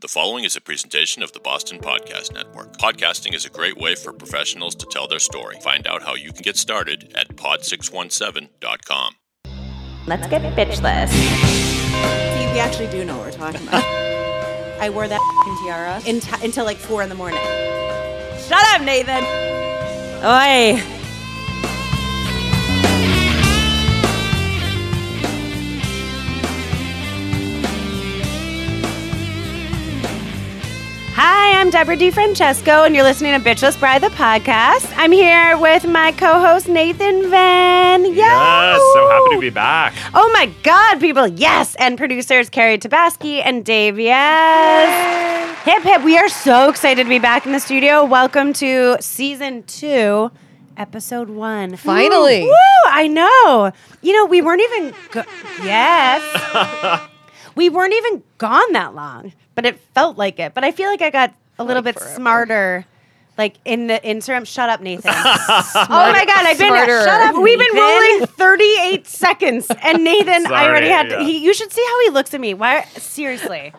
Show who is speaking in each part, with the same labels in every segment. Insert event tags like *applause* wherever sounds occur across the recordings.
Speaker 1: The following is a presentation of the Boston Podcast Network. Podcasting is a great way for professionals to tell their story. Find out how you can get started at pod617.com.
Speaker 2: Let's get bitchless.
Speaker 3: See, we actually do know what we're talking
Speaker 4: *laughs*
Speaker 3: about. I wore that tiara in t- until like four in the morning. Shut up, Nathan. Oi.
Speaker 4: Hi, I'm Deborah DiFrancesco, and you're listening to Bitchless Bride, the podcast. I'm here with my co-host Nathan Van.
Speaker 5: Yes, so happy to be back.
Speaker 4: Oh my God, people! Yes, and producers Carrie Tabaski and Dave. Yes, hip hip! We are so excited to be back in the studio. Welcome to season two, episode one.
Speaker 6: Finally.
Speaker 4: Woo! I know. You know, we weren't even. Go- yes,
Speaker 6: *laughs*
Speaker 4: we weren't even gone that long, but it felt like it. But I feel like I got a little bit smarter. Like in the interim, shut up,
Speaker 6: *laughs*
Speaker 4: Nathan. oh my God, I've been
Speaker 6: smarter.
Speaker 4: shut up. We've been rolling 38 seconds, and Nathan, I already
Speaker 5: Sorry,
Speaker 4: had.
Speaker 5: yeah.
Speaker 4: He, you should see how he looks at me. Why? Seriously,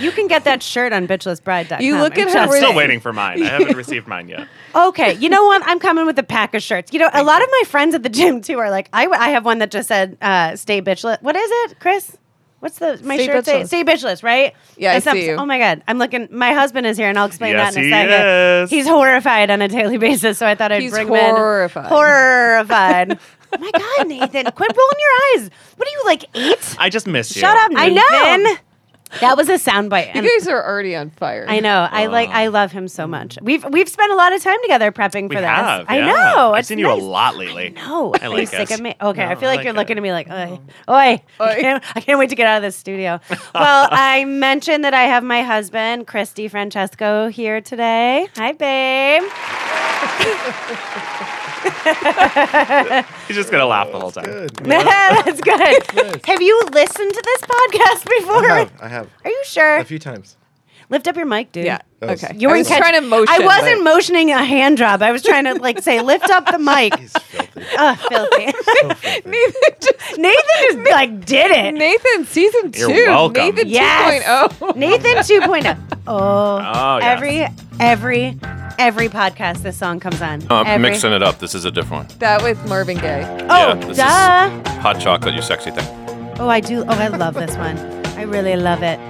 Speaker 4: you can get that shirt on bitchlessbride.com.
Speaker 6: You look
Speaker 4: I'm
Speaker 6: at her
Speaker 4: just-
Speaker 6: with-
Speaker 5: Still waiting for mine. I haven't received mine yet.
Speaker 4: Okay, you know what? I'm coming with a pack of shirts. You know, a lot of my friends at the gym too are like, I, I have one that just said, uh, "Stay bitchless." What is it, Chris? What's the my
Speaker 6: Stay
Speaker 4: shirt say?
Speaker 6: bitchless.
Speaker 4: Stay bitchless, right?
Speaker 6: Yeah, I
Speaker 4: That's not-
Speaker 6: see you.
Speaker 4: Oh my god, I'm looking. My husband is here, and I'll explain
Speaker 5: Yes,
Speaker 4: that in a
Speaker 5: he
Speaker 4: second.
Speaker 5: is.
Speaker 4: He's horrified on a daily *laughs* basis, so I thought I'd
Speaker 6: He's
Speaker 4: bring him in.
Speaker 6: horrified. *laughs*
Speaker 4: Horrified. oh my god, Nathan, quit rolling your eyes. What are you like eight?
Speaker 5: I just miss you.
Speaker 4: Shut up,
Speaker 6: I
Speaker 4: Nathan.
Speaker 6: know.
Speaker 4: That was a soundbite. and-
Speaker 6: You guys are already on fire.
Speaker 4: I know. I like. I love him so much. We've we've spent a lot of time together prepping
Speaker 5: Ah. We
Speaker 4: for this.
Speaker 5: have.
Speaker 4: I
Speaker 5: yeah.
Speaker 4: know.
Speaker 5: I've
Speaker 4: it's
Speaker 5: seen
Speaker 4: nice.
Speaker 5: you a lot lately.
Speaker 4: No,
Speaker 5: I
Speaker 4: are you
Speaker 5: like
Speaker 4: sick
Speaker 5: us.
Speaker 4: of me? Okay,
Speaker 5: No,
Speaker 4: I feel like,
Speaker 5: like
Speaker 4: you're looking
Speaker 5: it.
Speaker 4: at me like, oi, oi. *laughs* I,
Speaker 6: Oi.
Speaker 4: can't, I can't wait to get out of this
Speaker 5: *laughs*
Speaker 4: studio. well, I mentioned that I have my husband, Christy Francesco, here today. Hi, babe.
Speaker 5: He's just gonna laugh the whole time. *laughs*
Speaker 4: *laughs* That's good. have you listened to this podcast *laughs* before?
Speaker 7: I have. I have.
Speaker 4: Are you sure?
Speaker 7: A few times.
Speaker 4: Lift up your mic, dude.
Speaker 6: Yeah.
Speaker 7: That was-
Speaker 6: okay.
Speaker 4: You were
Speaker 6: I was
Speaker 4: catch-
Speaker 6: trying to motion.
Speaker 4: I wasn't motioning a hand job. I was trying to like say, lift up the mic.
Speaker 7: He's filthy.
Speaker 4: Oh, filthy. *laughs*
Speaker 7: So *laughs* filthy.
Speaker 6: *laughs*
Speaker 4: Nathan just like did it.
Speaker 6: Nathan season 2
Speaker 5: You're welcome.
Speaker 6: Nathan
Speaker 4: Yes.
Speaker 6: 2.0.
Speaker 4: Nathan
Speaker 6: *laughs*
Speaker 4: 2.0. Oh,
Speaker 5: Oh, yes.
Speaker 4: every every every podcast this song comes on.
Speaker 8: No, Oh, I'm
Speaker 4: every,
Speaker 8: mixing it up. This is a different one.
Speaker 6: oh. *laughs* that with Marvin Gaye.
Speaker 4: Oh,
Speaker 8: this
Speaker 4: duh.
Speaker 8: is hot chocolate, you sexy thing.
Speaker 4: Oh, I do. Oh, I love this one. I really love it.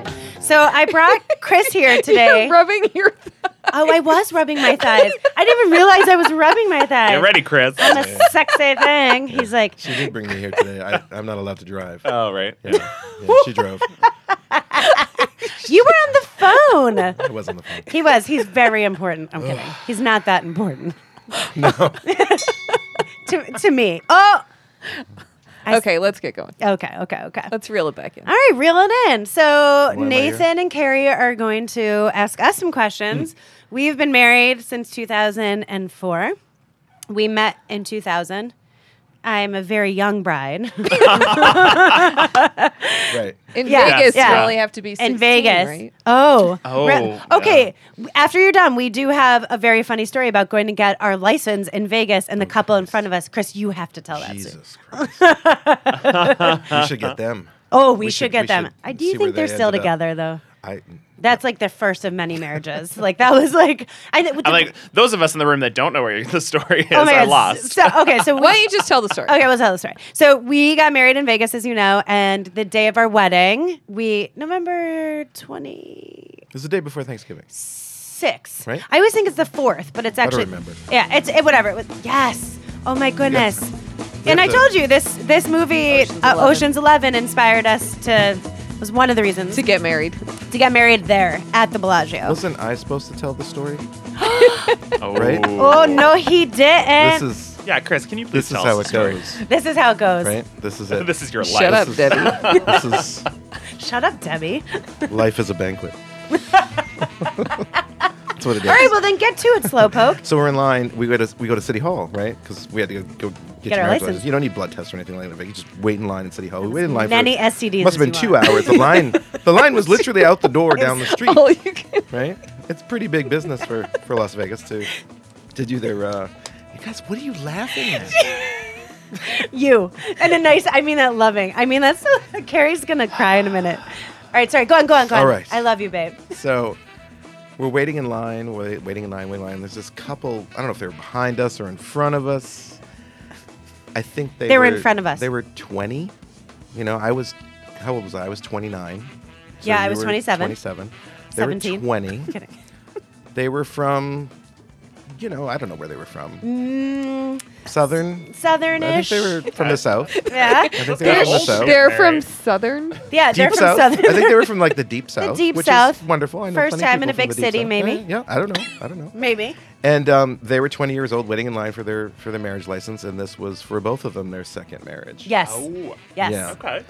Speaker 4: So I
Speaker 6: *laughs*
Speaker 4: brought Chris here today.
Speaker 6: You're rubbing your thigh.
Speaker 4: oh, I was rubbing my thighs. I didn't even realize I was rubbing my thighs.
Speaker 5: Get ready, Chris.
Speaker 4: I'm a sexy thing. He's like,
Speaker 7: She did bring me here today. I, I'm not allowed to drive.
Speaker 5: *laughs* oh right.
Speaker 7: Yeah. Yeah, she drove.
Speaker 4: you were on
Speaker 8: *laughs*
Speaker 4: the phone.
Speaker 7: I was on
Speaker 5: *laughs*
Speaker 7: the phone.
Speaker 4: He was. He's very important. I'm kidding. He's not that important. No. *laughs* to, to me. Oh, *laughs* I-
Speaker 6: Okay, let's get going.
Speaker 4: okay, okay, okay.
Speaker 6: Let's reel it back in.
Speaker 4: All right, reel it in. So
Speaker 7: am I
Speaker 4: Nathan and Carrie are going to ask us some questions. We've been married since 2004. We met in 2000. I'm a very young bride *laughs*
Speaker 7: Right.
Speaker 6: In
Speaker 4: Yeah.
Speaker 6: Vegas,
Speaker 4: Yeah.
Speaker 6: you only have to be 16,
Speaker 4: in Vegas.
Speaker 6: right?
Speaker 4: Oh,
Speaker 5: Oh,
Speaker 4: Re- okay. After you're done, we do have a very funny story about going to get our license in Vegas, and the couple in front of us, Chris, you have to tell that. story.
Speaker 7: Oh Jesus
Speaker 5: *laughs*
Speaker 7: Christ. we should get them.
Speaker 4: Oh, we,
Speaker 7: We
Speaker 4: should
Speaker 7: should-
Speaker 4: get
Speaker 7: we
Speaker 4: them.
Speaker 7: should
Speaker 4: I do you
Speaker 7: see where
Speaker 4: think they're
Speaker 7: they
Speaker 4: still
Speaker 7: ended up.
Speaker 4: together though?
Speaker 7: I,
Speaker 4: That's like the first of many marriages. *laughs* like that was like I think.
Speaker 5: I like those of us in the room that don't know where *laughs* the story is
Speaker 4: Oh my
Speaker 5: are
Speaker 4: God. *laughs*
Speaker 5: lost.
Speaker 4: So okay,
Speaker 7: *laughs*
Speaker 4: so
Speaker 6: Why don't
Speaker 4: we,
Speaker 6: you just tell the story?
Speaker 4: *laughs* okay, we'll tell the story. So we got married in Vegas, as you know, and the day of our wedding, we November twenty
Speaker 7: it was the day before Thanksgiving.
Speaker 4: six.
Speaker 7: Right?
Speaker 4: I always think it's the fourth, but it's
Speaker 7: don't
Speaker 4: actually
Speaker 7: remember.
Speaker 4: Yeah, it's it, whatever. It was yes. Oh my goodness. And I
Speaker 7: have to-
Speaker 4: told you this this movie,
Speaker 6: Ocean's
Speaker 4: uh,
Speaker 6: Eleven.
Speaker 4: Ocean's Eleven, inspired us to was one of the reasons
Speaker 6: To get married.
Speaker 4: to get married there at the Bellagio.
Speaker 7: Wasn't I supposed to tell the story?
Speaker 5: oh.
Speaker 7: Right?
Speaker 4: Oh no, he didn't.
Speaker 7: This is
Speaker 5: Yeah, Chris, can Eh. you please
Speaker 7: this is
Speaker 5: tell
Speaker 7: how
Speaker 5: us
Speaker 7: it
Speaker 5: the story?
Speaker 7: goes.
Speaker 4: This is how it goes.
Speaker 7: Right?
Speaker 5: *laughs*
Speaker 7: This is it.
Speaker 5: this is your life.
Speaker 6: Shut up,
Speaker 7: This is-
Speaker 6: Debbie. *laughs*
Speaker 7: this is
Speaker 4: Shut up, Debbie.
Speaker 7: life is a
Speaker 5: *laughs*
Speaker 7: banquet. That's what it is.
Speaker 4: All right, well then get to it, Slowpoke.
Speaker 7: So we're in line. We go to we go to City Hall, right? Because we had to go, go
Speaker 4: Get
Speaker 7: get, your
Speaker 4: our
Speaker 7: marriage
Speaker 4: license.
Speaker 7: license. You don't need blood tests or anything like that. But you just wait in line in City Hall. We waited *laughs* in line.
Speaker 4: many
Speaker 7: for,
Speaker 4: STDs
Speaker 7: Must have
Speaker 4: as
Speaker 7: been
Speaker 4: you *laughs*
Speaker 7: two
Speaker 4: want.
Speaker 7: hours. The line the line was literally out the door down the street.
Speaker 6: All you can.
Speaker 7: Right? It's pretty big business for for Las Vegas to to do their. Uh, you guys, what are you laughing at?
Speaker 4: *laughs* You and a nice. I mean that loving. I mean that's. Carrie's gonna cry in a minute. right, sorry. Go on, go on, go on.
Speaker 7: All right.
Speaker 4: I love you, babe.
Speaker 7: So we're waiting in line, wait, waiting in line, waiting in line. There's this couple. I don't know if they're behind us or in front of us. I think they
Speaker 4: They were in front of us.
Speaker 7: They were 20. You know, I was how old was I? I was 29. So
Speaker 4: Yeah, I
Speaker 7: you
Speaker 4: was
Speaker 7: were
Speaker 4: 27.
Speaker 7: 27. They
Speaker 4: 17.
Speaker 7: were
Speaker 4: *laughs*
Speaker 7: 20.
Speaker 4: Kidding.
Speaker 7: they were from, you know, I don't know where they were from.
Speaker 4: Mm,
Speaker 7: Southern. I think
Speaker 4: southernish.
Speaker 7: they were from the south.
Speaker 4: yeah.
Speaker 7: I think
Speaker 6: They're,
Speaker 7: they were from the south.
Speaker 6: they're from
Speaker 5: Mary.
Speaker 6: Southern.
Speaker 4: Yeah, *laughs* they're
Speaker 7: Deep
Speaker 4: from
Speaker 7: south.
Speaker 4: southern.
Speaker 7: I think they were from like the deep south.
Speaker 4: deep
Speaker 7: which
Speaker 4: south.
Speaker 7: Is wonderful. I know
Speaker 4: First
Speaker 7: plenty of
Speaker 4: time in
Speaker 7: people
Speaker 4: a
Speaker 7: from
Speaker 4: big
Speaker 7: the deep
Speaker 4: city,
Speaker 7: south. Eh,
Speaker 4: maybe.
Speaker 7: Yeah, yeah, I don't know. I don't know.
Speaker 4: *laughs* Maybe.
Speaker 7: And um, they were 20 years old, waiting in line for their for their marriage license, and this was for both of them their second marriage.
Speaker 4: Yes.
Speaker 5: Oh.
Speaker 4: Yes.
Speaker 7: Yeah.
Speaker 5: Okay.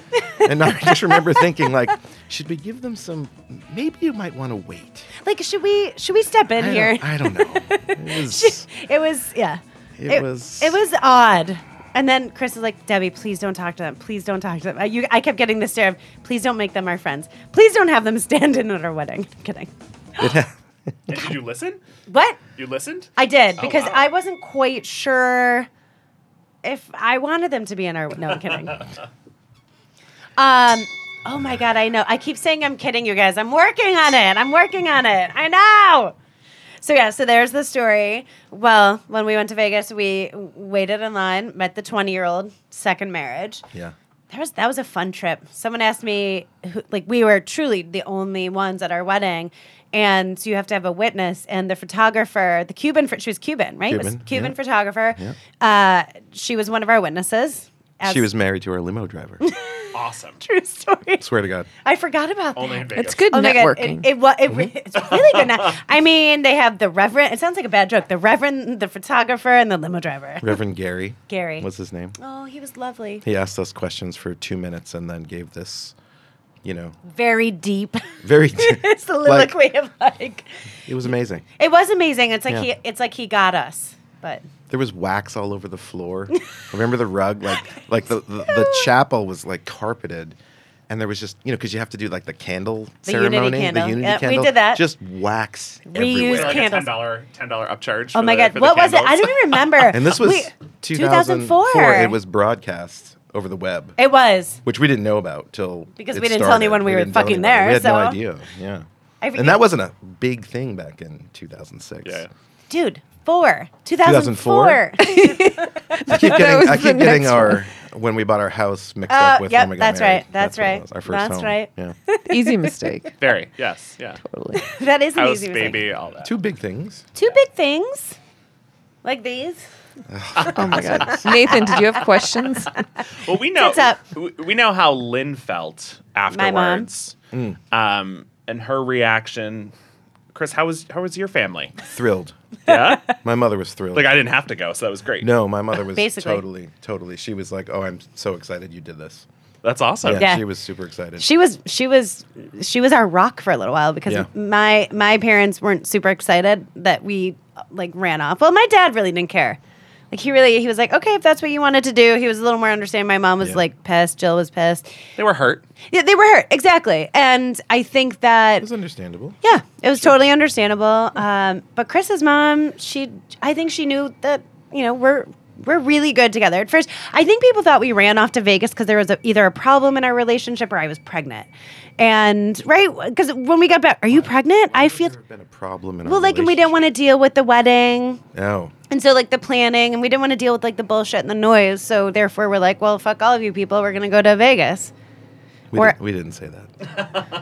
Speaker 7: And I just remember thinking, like, should we give them some? Maybe you might want to wait.
Speaker 4: Like, should we should we step in
Speaker 7: I don't-
Speaker 4: here?
Speaker 7: I don't know. It
Speaker 4: *laughs*
Speaker 7: was.
Speaker 4: It was yeah.
Speaker 7: It was-
Speaker 4: It was odd. And then Chris is like, Debbie, please don't talk to them. Please don't talk to them. I, you, I kept getting the stare of, please don't make them our friends. Please don't have them *laughs* stand in at our wedding. I'm kidding.
Speaker 5: And did you listen?
Speaker 4: What?
Speaker 5: You listened?
Speaker 4: I did because
Speaker 5: wow.
Speaker 4: I wasn't quite sure if I wanted them to be in our. No, I'm kidding. um. Oh my god, I know. I keep saying I'm kidding, you guys. I'm working on it. I'm working on it. I know. So yeah, so there's the story. Well, when we went to Vegas, we w- waited in line, met the 20 year old second marriage.
Speaker 7: yeah.
Speaker 4: That was that was a fun trip. Someone asked me, who, like, we were truly the only ones at our wedding, and you have to have a witness. And the photographer, the Cuban, pho- she was Cuban, right? It was
Speaker 7: Cuban,
Speaker 4: Cuban
Speaker 7: yeah.
Speaker 4: photographer. Uh, she was one of our witnesses. as-
Speaker 7: She was married to our limo driver.
Speaker 5: Awesome.
Speaker 4: *laughs* true story.
Speaker 7: Swear to God.
Speaker 4: I forgot about
Speaker 5: Only in
Speaker 4: that.
Speaker 5: Vegas.
Speaker 6: It's good
Speaker 4: Oh my God,
Speaker 6: networking.
Speaker 4: It, it, wa-
Speaker 7: Mm-hmm.
Speaker 4: it re- it's really good. Net- I mean, they have the Reverend. It sounds like a bad joke. The Reverend, the photographer, and the limo driver.
Speaker 7: Reverend Gary.
Speaker 4: Gary.
Speaker 7: What's his name?
Speaker 4: Oh, he was lovely.
Speaker 7: He asked us questions for two minutes and then gave this, you know,
Speaker 4: Very deep. *laughs*
Speaker 7: very. *laughs*
Speaker 4: soliloquy of like.
Speaker 7: it was amazing.
Speaker 4: It was amazing. It's like
Speaker 7: Yeah.
Speaker 4: he it's like he got us. But oh
Speaker 7: There was wax all over
Speaker 4: *laughs*
Speaker 7: the floor. Remember the rug? Like, like the, the, the chapel was like carpeted, and there was just you know because you have to do like the candle
Speaker 4: The unity
Speaker 7: ceremony,
Speaker 4: candle.
Speaker 7: the unity
Speaker 4: Yeah, we
Speaker 7: candle.
Speaker 4: did that.
Speaker 7: Just wax
Speaker 4: Reused
Speaker 5: It was
Speaker 7: everywhere.
Speaker 5: like a
Speaker 4: Candles.
Speaker 5: ten dollar ten dollar upcharge.
Speaker 4: oh
Speaker 5: for
Speaker 4: my
Speaker 5: the-
Speaker 4: god,
Speaker 5: for the
Speaker 4: what was it? I
Speaker 5: candles.
Speaker 4: don't even remember.
Speaker 7: *laughs* And this was
Speaker 4: We-
Speaker 7: 2004. It was broadcast over the web,
Speaker 4: It was.
Speaker 7: which we didn't know about till
Speaker 4: Because
Speaker 7: it
Speaker 4: we didn't tell anyone
Speaker 7: started.
Speaker 4: we were
Speaker 7: didn't tell
Speaker 4: fucking
Speaker 7: anybody.
Speaker 4: there,
Speaker 7: We had no
Speaker 4: so-
Speaker 7: idea. Yeah.
Speaker 4: I forget-
Speaker 7: And that wasn't a big thing back in 2006.
Speaker 5: *laughs* Yeah.
Speaker 4: Dude, 4. 2004. *laughs*
Speaker 7: I keep
Speaker 6: was
Speaker 7: getting, I
Speaker 6: the
Speaker 7: keep getting
Speaker 6: next
Speaker 7: our when we bought our house mixed
Speaker 4: Oh,
Speaker 7: up with
Speaker 4: yep,
Speaker 7: when we got
Speaker 4: that's
Speaker 7: married.
Speaker 4: right, that's
Speaker 7: what it
Speaker 4: right,
Speaker 7: was, our first
Speaker 4: that's
Speaker 7: home.
Speaker 4: right. *laughs*
Speaker 7: Yeah.
Speaker 6: Easy mistake.
Speaker 5: Very. Yes. Yeah.
Speaker 6: Totally.
Speaker 4: that is an
Speaker 5: House,
Speaker 4: easy mistake.
Speaker 5: baby, all that.
Speaker 7: Two big things.
Speaker 4: Two big things like these.
Speaker 6: Oh my god. Nathan, did you have questions? *laughs*
Speaker 5: Well, we know
Speaker 4: Tits up.
Speaker 5: we- we know how Lynn felt
Speaker 4: mom.
Speaker 5: afterwards.
Speaker 7: Mm.
Speaker 5: Um, and her reaction. Chris, how was how was
Speaker 4: *laughs*
Speaker 5: your family?
Speaker 7: Thrilled.
Speaker 5: Yeah,
Speaker 7: My mother was thrilled.
Speaker 5: like I didn't have to go, so that was great.
Speaker 7: no, my mother was
Speaker 4: Basically.
Speaker 7: totally, totally. She was like, "Oh, I'm so excited you did this."
Speaker 5: that's awesome.
Speaker 7: Yeah,
Speaker 4: Oh, Yeah.
Speaker 7: she was super excited.
Speaker 4: She was she was she was our rock for a little while because
Speaker 7: Yeah.
Speaker 4: my my parents weren't super excited that we uh, like ran off. Well, my dad really didn't care. Like he really he was like, "Okay, if that's what you wanted to do." He was a little more understanding. My mom was
Speaker 7: Yeah.
Speaker 4: like pissed, Jill was pissed.
Speaker 5: They were
Speaker 4: *laughs*
Speaker 5: hurt.
Speaker 4: Yeah, they were hurt. Exactly. And I think
Speaker 7: it
Speaker 4: that
Speaker 7: was understandable.
Speaker 4: yeah, it was totally understandable. Um, but Chris's mom, she I think she knew that, you know, we're we're really good together. At first, I think people thought we ran off to Vegas because there was a, either a problem in our relationship or I was pregnant. And right, because when we got back, are you pregnant? I feel
Speaker 7: There had been a problem in our
Speaker 4: well, like, and we didn't want to deal with the wedding.
Speaker 7: No,
Speaker 4: And so, like, the planning, and we didn't want to deal with like the bullshit and the noise. So, therefore, we're like, well, fuck all of you people. We're going to go to Vegas.
Speaker 7: we,
Speaker 4: Or-
Speaker 7: didn't, we didn't say that.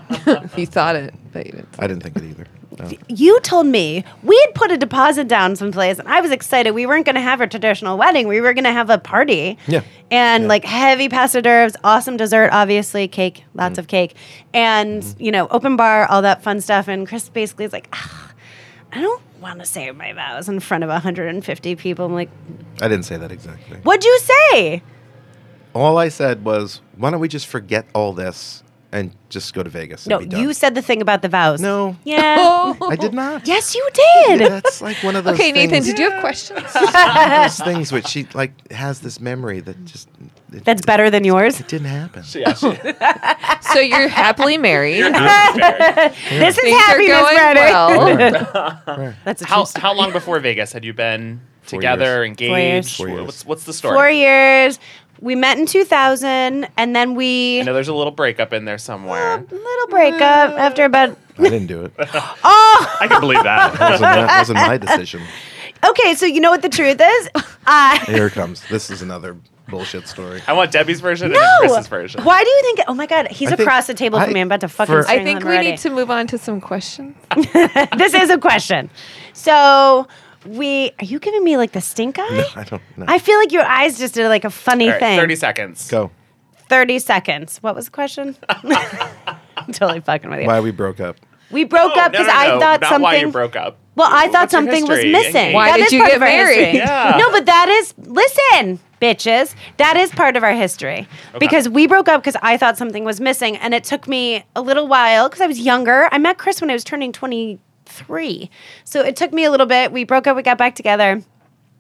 Speaker 6: You thought it, but you didn't.
Speaker 7: I didn't think it either. No.
Speaker 4: you told me we had put a deposit down someplace and I was excited. We weren't going to have a traditional wedding. We were going to have a party.
Speaker 7: Yeah.
Speaker 4: And
Speaker 7: Yeah.
Speaker 4: like heavy pasta d'oeuvres, awesome dessert, obviously, cake,
Speaker 7: Mm-hmm.
Speaker 4: lots of cake, and, you know, open bar, all that fun stuff. And Chris basically is like, ah, I don't want to say my vows in front of 150 people. I'm like,
Speaker 7: I didn't say that exactly.
Speaker 4: what'd you say?
Speaker 7: All I said was, "Why don't we just forget all this and just go to Vegas?" and
Speaker 4: No,
Speaker 7: be done."
Speaker 4: you said the thing about the vows.
Speaker 7: No. *laughs*
Speaker 4: Yeah.
Speaker 7: I did not.
Speaker 4: yes, you
Speaker 7: *laughs*
Speaker 4: did.
Speaker 7: That's like one of those.
Speaker 6: Okay, Nathan,
Speaker 7: things-
Speaker 6: did you have questions?
Speaker 7: those things which she like has this memory that just it,
Speaker 4: That's better than yours.
Speaker 7: it didn't happen.
Speaker 5: Yeah, she-
Speaker 6: *laughs* so you're *laughs* happily married.
Speaker 4: This is
Speaker 6: Things are
Speaker 4: happiness,
Speaker 6: going
Speaker 4: Reddit.
Speaker 6: *laughs* well.
Speaker 4: *laughs* That's a true
Speaker 5: how how long before Vegas had you been
Speaker 7: Four
Speaker 5: together,
Speaker 7: years.
Speaker 5: engaged?
Speaker 7: Four years.
Speaker 5: What's what's the story?
Speaker 4: four years. we met in 2000, and then we
Speaker 5: I know there's a little breakup in there
Speaker 4: *laughs*
Speaker 5: somewhere.
Speaker 4: little breakup after about.
Speaker 7: I didn't do it. That
Speaker 5: I can believe that.
Speaker 7: wasn't, that wasn't my decision.
Speaker 4: Okay, so you know what the truth
Speaker 6: *laughs*
Speaker 4: is? I
Speaker 7: Here it comes. This is another bullshit story.
Speaker 5: I want Debbie's version and
Speaker 4: no.
Speaker 5: Chris's version.
Speaker 4: Why do you think? Oh my God, he's
Speaker 7: I think-
Speaker 4: across the table from
Speaker 7: I-
Speaker 4: me. I'm about to fucking.
Speaker 7: for- I
Speaker 6: I
Speaker 4: strangle
Speaker 6: think
Speaker 4: him
Speaker 6: we
Speaker 4: already.
Speaker 6: need to move on to some questions.
Speaker 4: this is a question. So we are you giving me like the stink eye?
Speaker 7: No, I don't know.
Speaker 4: I feel like your eyes just did like a funny
Speaker 5: All right,
Speaker 4: thing.
Speaker 5: 30 seconds.
Speaker 7: Go.
Speaker 4: 30 seconds. What was the
Speaker 5: *laughs*
Speaker 4: question? *laughs* I'm totally fucking with you.
Speaker 7: Why we broke up?
Speaker 4: We broke
Speaker 5: No,
Speaker 4: up
Speaker 5: Oh, no,
Speaker 4: because
Speaker 5: no,
Speaker 4: I
Speaker 5: no,
Speaker 4: thought
Speaker 5: not
Speaker 4: something.
Speaker 5: Why you broke up?
Speaker 4: Well, I thought
Speaker 5: What's your
Speaker 4: something was
Speaker 5: history?
Speaker 4: missing.
Speaker 6: Why
Speaker 4: That
Speaker 6: did
Speaker 4: is
Speaker 6: you
Speaker 4: part
Speaker 6: get
Speaker 4: of our history. *laughs*
Speaker 6: married?
Speaker 5: Yeah.
Speaker 4: No, but that is listen, bitches. That is part of our history because we broke up because I thought something was missing, and it took me a little while because I was younger. I met Chris when I was turning twenty three, so it took me a little bit. We broke up. We got back together.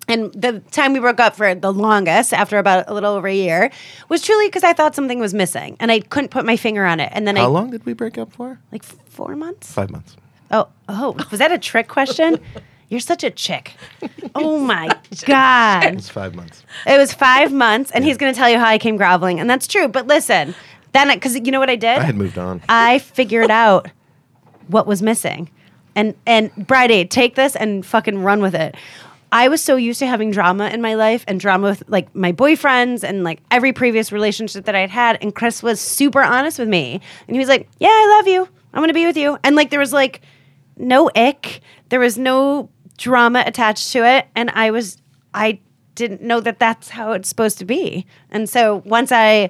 Speaker 4: And the time we broke up for the longest, after about a little over a year, was truly because I thought something was missing and I couldn't put my finger on it. And then I,
Speaker 7: How long did we break up for?
Speaker 4: like four months?
Speaker 7: Five months.
Speaker 4: Oh, oh, was that a trick question? You're such a chick. Oh my God.
Speaker 7: It was five months.
Speaker 4: It was five months, and he's going to tell you how I came groveling. And that's true. But listen, then, because you know what I did?
Speaker 7: I had moved on.
Speaker 4: I figured out what was missing. And and Bridie, take this and fucking run with it. I was so used to having drama in my life and drama with like my boyfriends and like every previous relationship that I'd had. And Chris was super honest with me. And he was like, Yeah, I love you. I'm gonna be with you. And like there was like no ick. There was no drama attached to it. And I was I didn't know that that's how it's supposed to be. And so once I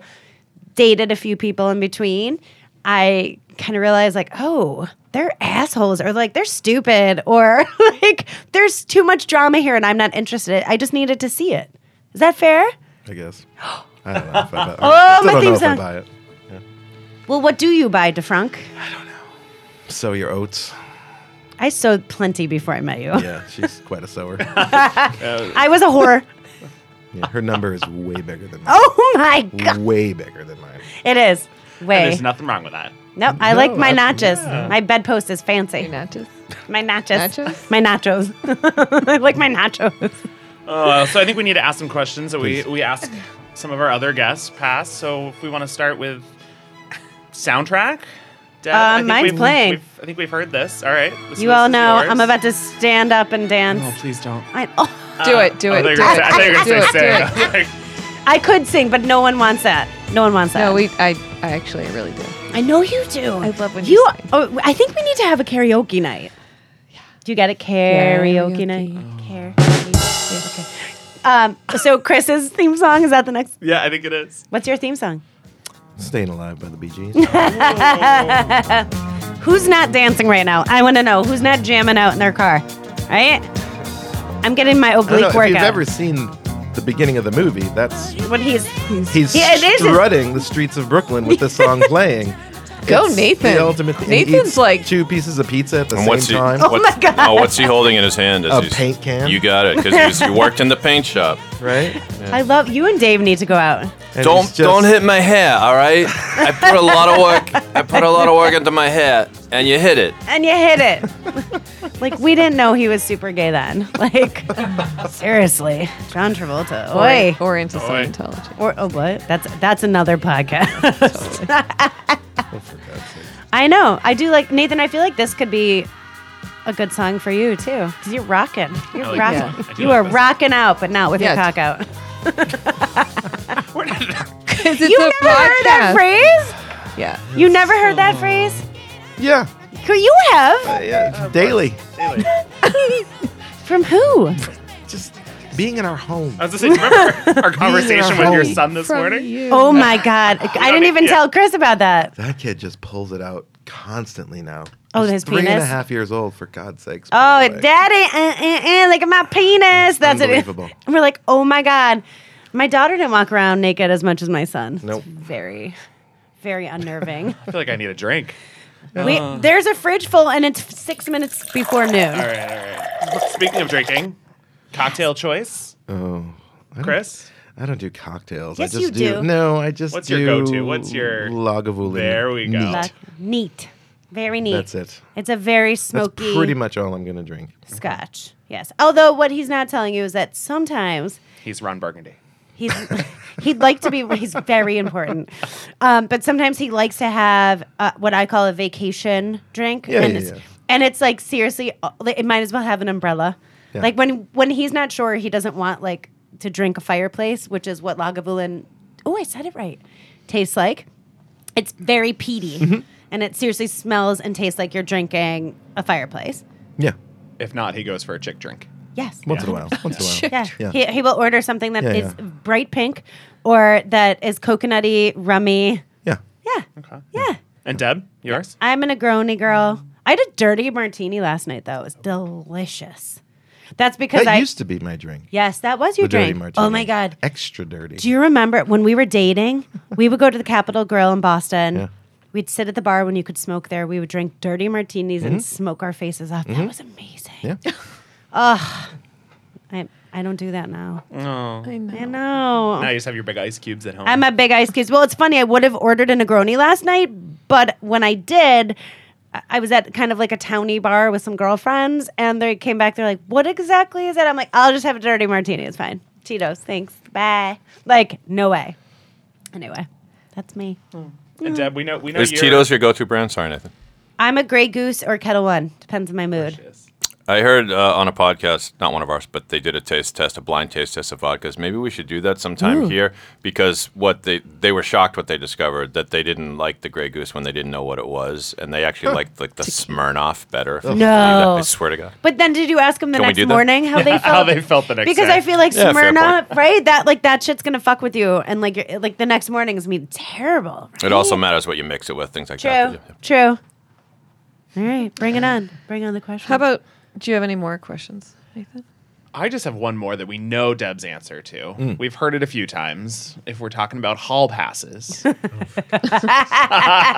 Speaker 4: dated a few people in between, I kind of realized like, oh, they're assholes or like they're stupid or *laughs* like there's too much drama here and I'm not interested. I just needed to see it. Is that fair?
Speaker 7: I guess. I don't know if I buy it.
Speaker 4: *gasps* Oh, my
Speaker 7: Still don't know
Speaker 4: theme
Speaker 7: if I
Speaker 4: song.
Speaker 7: buy it.
Speaker 4: Well, what do you buy, DeFranc?
Speaker 7: Sow your oats.
Speaker 4: I sowed plenty before I met you.
Speaker 7: Yeah, she's quite
Speaker 4: *laughs*
Speaker 7: a sower.
Speaker 4: I was a
Speaker 5: *laughs*
Speaker 4: whore.
Speaker 7: Yeah, her number is way bigger than mine.
Speaker 4: oh my god.
Speaker 7: Way bigger than mine.
Speaker 4: It is.
Speaker 5: And
Speaker 4: Way.
Speaker 5: There's nothing wrong with that.
Speaker 4: no, I like
Speaker 7: No,
Speaker 4: my
Speaker 7: I-
Speaker 4: notches. My bedpost is fancy.
Speaker 6: Nachos.
Speaker 4: My nachos.
Speaker 6: Nachos?
Speaker 4: My nachos. *laughs* I like my nachos.
Speaker 5: Uh, so I think we need to ask some questions that we, we ask some of our other guests past. So if we want to start with soundtrack, Deb, I
Speaker 4: Uh,
Speaker 5: think
Speaker 4: mine's
Speaker 5: we've-
Speaker 4: playing.
Speaker 5: we've- I think we've heard this. All right. this-
Speaker 4: You
Speaker 5: this
Speaker 4: all
Speaker 5: is
Speaker 4: know
Speaker 5: yours.
Speaker 4: I'm about to stand up and dance.
Speaker 5: Oh, please don't.
Speaker 4: I, oh.
Speaker 6: Do it, do
Speaker 5: I thought you were
Speaker 6: it, do it.
Speaker 5: gonna say- I thought you were
Speaker 6: do
Speaker 5: gonna
Speaker 6: it,
Speaker 5: say
Speaker 6: do
Speaker 5: say
Speaker 6: it.
Speaker 5: it. Like,
Speaker 4: I could sing, but no one wants that. No one wants that.
Speaker 6: No, we. I. I actually really do.
Speaker 4: I know you do. I
Speaker 6: love when
Speaker 4: you.
Speaker 6: you sing.
Speaker 4: Oh, I think we need to have a karaoke night. Do you get a karaoke, night? Karaoke. Okay. Um, so Chris's theme song is that the next?
Speaker 5: *laughs* Yeah, I think it is.
Speaker 4: What's your theme song?
Speaker 7: Staying alive by the Bee Gees.
Speaker 4: Who's not dancing right now? I want to know who's not jamming out in their car, right? I'm getting my
Speaker 7: I don't know
Speaker 4: oblique
Speaker 7: if
Speaker 4: workout.
Speaker 7: you've ever seen the beginning of the movie, that's
Speaker 4: when he's
Speaker 7: he's
Speaker 4: Yeah, it is.
Speaker 7: strutting the streets of Brooklyn with this
Speaker 4: *laughs*
Speaker 7: song playing.
Speaker 6: Go,
Speaker 7: It's
Speaker 6: Nathan.
Speaker 7: The ultimate and
Speaker 6: Nathan's
Speaker 7: eats
Speaker 6: like-
Speaker 7: two pieces of pizza at the
Speaker 8: And
Speaker 7: same
Speaker 8: what's he?
Speaker 7: time.
Speaker 8: what's-
Speaker 4: my God.
Speaker 8: Oh, what's he holding in his hand? as
Speaker 7: A
Speaker 8: he's-
Speaker 7: paint can.
Speaker 8: You got it because you worked in the paint shop.
Speaker 7: Right?
Speaker 4: I love you and Dave need to go out.
Speaker 7: *laughs* And
Speaker 8: don't
Speaker 7: he's just-
Speaker 8: don't hit my hair, all right? I put a lot of work. I put a lot of work into my hair, and you hit it.
Speaker 4: and you hit it. like we didn't know he was super gay then. Like seriously, John Travolta. Oi.
Speaker 6: Or, or into
Speaker 5: Oi.
Speaker 6: Scientology.
Speaker 4: Or oh what? That's that's another
Speaker 5: *laughs*
Speaker 4: podcast. I know. I do like Nathan. I feel like this could be a good song for you too, because you're rocking. You're
Speaker 5: I like
Speaker 4: rocking.
Speaker 6: this.
Speaker 5: I do
Speaker 4: You
Speaker 5: like
Speaker 4: are
Speaker 5: this.
Speaker 4: rocking out, but not with your
Speaker 6: Yeah.
Speaker 4: cock out.
Speaker 5: We're not-
Speaker 6: Because
Speaker 4: *laughs*
Speaker 6: it's
Speaker 4: you
Speaker 6: a
Speaker 4: never heard that
Speaker 6: podcast.
Speaker 4: phrase?
Speaker 6: Yeah.
Speaker 4: You never heard that phrase?
Speaker 7: Yeah. uh,
Speaker 4: Could you have?
Speaker 7: yeah. Daily.
Speaker 5: Anyway,
Speaker 4: From who?
Speaker 7: Just being in our home.
Speaker 5: I was just saying,
Speaker 6: *laughs*
Speaker 5: remember our conversation with your
Speaker 7: home.
Speaker 5: son this
Speaker 6: From
Speaker 5: morning?
Speaker 6: you.
Speaker 4: Oh my God! I didn't even tell Chris about that.
Speaker 7: That kid just pulls it out constantly now.
Speaker 4: Oh,
Speaker 7: He's
Speaker 4: his
Speaker 7: three and a
Speaker 4: penis?
Speaker 7: half years old, for God's sakes.
Speaker 4: Oh,
Speaker 7: by the way.
Speaker 4: daddy, uh, uh, uh, look at my penis. That's
Speaker 7: Unbelievable.
Speaker 4: It. *laughs* And we're like, oh my God. My daughter didn't walk around naked as much as my son.
Speaker 7: Nope.
Speaker 4: Very, very unnerving.
Speaker 5: I feel like I need a drink.
Speaker 4: we, there's a fridge full and it's six minutes before noon.
Speaker 5: All right, all right. Speaking of drinking, cocktail choice,
Speaker 7: Oh. I don't-
Speaker 5: Chris.
Speaker 7: I don't do cocktails.
Speaker 4: Yes,
Speaker 7: I just
Speaker 4: you do.
Speaker 7: No, I just
Speaker 5: What's
Speaker 7: do
Speaker 5: your go-to? What's your-
Speaker 7: Lagavulin?
Speaker 5: There we go.
Speaker 7: neat.
Speaker 4: Like, neat. Very neat.
Speaker 7: That's it.
Speaker 4: It's a very
Speaker 7: That's
Speaker 4: smoky
Speaker 7: pretty much all I'm gonna drink.
Speaker 4: scotch. Yes. Although what he's not telling you is that sometimes
Speaker 5: He's Ron Burgundy.
Speaker 4: He's he'd like to be. He's very important, um, but sometimes he likes to have uh, what I call a vacation drink.
Speaker 7: Yeah,
Speaker 4: and
Speaker 7: yeah,
Speaker 4: it's,
Speaker 7: yeah.
Speaker 4: And it's like seriously, uh, like, it might as well have an umbrella.
Speaker 7: Yeah.
Speaker 4: Like when when he's not sure, he doesn't want like to drink a fireplace, which is what Lagavulin. Oh, I said it right. Tastes like. It's very peaty,
Speaker 7: Mm-hmm.
Speaker 4: and it seriously smells and tastes like you're drinking a fireplace.
Speaker 7: Yeah.
Speaker 5: If not, he goes for a chick drink.
Speaker 4: Yes.
Speaker 7: Once in a while. Once
Speaker 4: *laughs*
Speaker 7: in a while.
Speaker 4: Yeah.
Speaker 7: Yeah.
Speaker 4: He, he will order something that
Speaker 7: Yeah,
Speaker 4: is
Speaker 7: yeah.
Speaker 4: bright pink or that is coconutty, rummy.
Speaker 7: Yeah.
Speaker 4: Yeah. Yeah.
Speaker 5: And Deb, yours?
Speaker 4: I'm a Negroni girl. I had a dirty martini last night, though. It was delicious. That's because
Speaker 7: That
Speaker 4: I.
Speaker 7: used to be my drink.
Speaker 4: yes, that was your
Speaker 7: the dirty
Speaker 4: drink.
Speaker 7: martini.
Speaker 4: Oh, my God.
Speaker 7: Extra dirty.
Speaker 4: Do you remember when we were dating? we would go to the Capitol Grill in Boston.
Speaker 7: Yeah.
Speaker 4: We'd sit at the bar when you could smoke there. We would drink dirty martinis and smoke our faces off. That was amazing.
Speaker 7: Mm-hmm. yeah.
Speaker 4: I, I don't do that now.
Speaker 5: No.
Speaker 6: I know.
Speaker 4: I know.
Speaker 5: Now you just have your big ice cubes at home.
Speaker 4: I'm a big ice cubes. Well, it's funny. I would have ordered a Negroni last night, but when I did, I- I was at kind of like a towny bar with some girlfriends, and they came back. They're like, "What exactly is it?" I'm like, "I'll just have a dirty martini. It's fine. Tito's. Thanks. Bye." Like, no way. Anyway, that's me.
Speaker 5: and Deb, we know we know
Speaker 8: Is
Speaker 5: you're-
Speaker 8: Tito's your go-to brand? Sorry, Nathan.
Speaker 4: I'm a Grey Goose or Kettle One. Depends on my
Speaker 8: Oh,
Speaker 4: mood.
Speaker 8: I heard uh, on a podcast, not one of ours, but they did a taste test, a blind taste test of vodkas. Maybe we should do that sometime here because what they they were shocked what they discovered that they didn't like the Grey Goose when they didn't know what it was, and they actually liked like the Smirnoff better. if you believe that.
Speaker 4: No.
Speaker 8: I swear to God.
Speaker 4: But then, did you ask them the
Speaker 8: Can we
Speaker 4: next
Speaker 8: do that?
Speaker 4: morning how
Speaker 8: *laughs*
Speaker 4: they felt?
Speaker 5: How they felt the next
Speaker 4: because
Speaker 5: day.
Speaker 4: I feel like
Speaker 8: Yeah, fair
Speaker 4: Smyrna, right? That like that shit's gonna fuck with you, and like you're, like the next morning is gonna be terrible. right?
Speaker 8: It also matters what you mix it with, things like
Speaker 4: True.
Speaker 8: that.
Speaker 4: True. All right, bring it on. Bring on the question.
Speaker 6: How about? Do you have any more questions, Nathan?
Speaker 5: I just have one more that we know Deb's answer to.
Speaker 8: Mm.
Speaker 5: We've heard it a few times. If we're talking about
Speaker 4: *laughs*
Speaker 5: hall passes, *laughs* so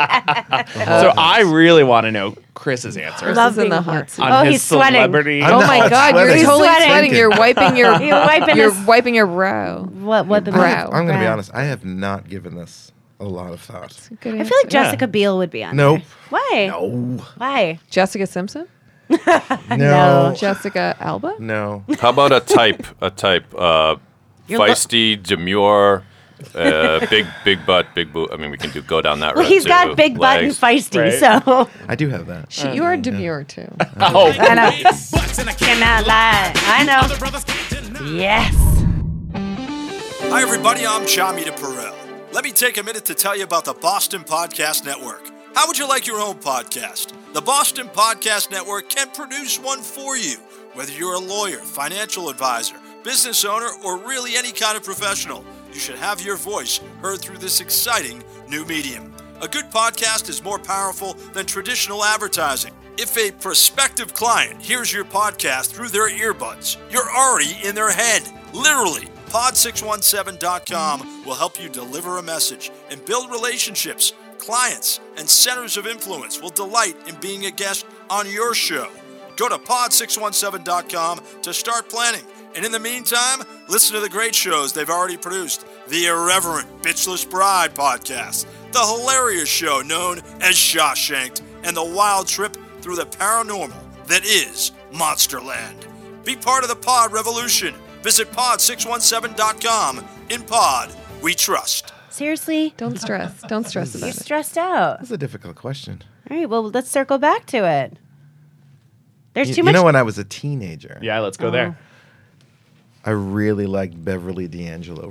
Speaker 5: I really want to know Chris's answer
Speaker 6: Chris is
Speaker 4: being
Speaker 6: in the
Speaker 4: a
Speaker 6: hot
Speaker 4: whore.
Speaker 6: seat.
Speaker 5: on
Speaker 4: Oh,
Speaker 5: his
Speaker 4: he's sweating.
Speaker 5: celebrity.
Speaker 7: I'm
Speaker 6: Oh
Speaker 7: not
Speaker 6: my God! You're
Speaker 7: sweating.
Speaker 6: totally
Speaker 4: Sweating.
Speaker 6: sweating. You're wiping your.
Speaker 4: *laughs* You're wiping
Speaker 6: You're
Speaker 4: his-
Speaker 6: wiping your brow.
Speaker 4: what? What the
Speaker 6: Brow.
Speaker 7: I'm going to be
Speaker 4: Brow.
Speaker 7: honest. I have not given this a lot of thought.
Speaker 6: Good
Speaker 4: I feel like
Speaker 6: answer.
Speaker 4: Jessica Biel would be on.
Speaker 7: Nope.
Speaker 4: there. Why?
Speaker 7: No.
Speaker 4: Why?
Speaker 6: Jessica Simpson.
Speaker 7: No.
Speaker 6: Jessica Alba.
Speaker 7: No.
Speaker 8: How about a type? A type. Uh,
Speaker 4: You're lo-
Speaker 8: feisty, demure, uh, big, big butt, big boot. I mean, we can do go down that
Speaker 4: Well,
Speaker 8: road.
Speaker 4: he's got
Speaker 8: too.
Speaker 4: big butt and
Speaker 8: Legs.
Speaker 4: feisty,
Speaker 5: right?
Speaker 4: so
Speaker 7: I do
Speaker 4: *laughs*
Speaker 7: have that.
Speaker 6: She, you are demure too.
Speaker 5: Oh,
Speaker 4: I know. Cannot lie. I know. Yes.
Speaker 9: Hi, everybody. I'm Chamita Perel. Let me take a minute to tell you about the Boston Podcast Network. How would you like your own podcast? The Boston Podcast Network can produce one for you, whether you're a lawyer, financial advisor, business owner, or really any kind of professional. You should have your voice heard through this exciting new medium. A good podcast is more powerful than traditional advertising. If a prospective client hears your podcast through their earbuds, you're already in their head, literally. Pod617.com will help you deliver a message and build relationships. Clients and centers of influence will delight in being a guest on your show. Go to pod617.com to start planning. And in the meantime, listen to the great shows they've already produced the irreverent Bitchless Bride podcast, the hilarious show known as Shawshanked, and the wild trip through the paranormal that is Monsterland. Be part of the pod revolution. Visit pod617.com. In pod, we trust.
Speaker 4: Seriously,
Speaker 6: Don't stress. Don't stress
Speaker 4: you're
Speaker 6: about *laughs* it.
Speaker 4: stressed out.
Speaker 7: That's a difficult question.
Speaker 4: All right. Well, let's circle back to it. There's
Speaker 7: You,
Speaker 4: too
Speaker 7: you
Speaker 4: much.
Speaker 7: know, when I was a teenager,
Speaker 5: yeah. Let's go there.
Speaker 4: Oh.
Speaker 7: I really liked Beverly D'Angelo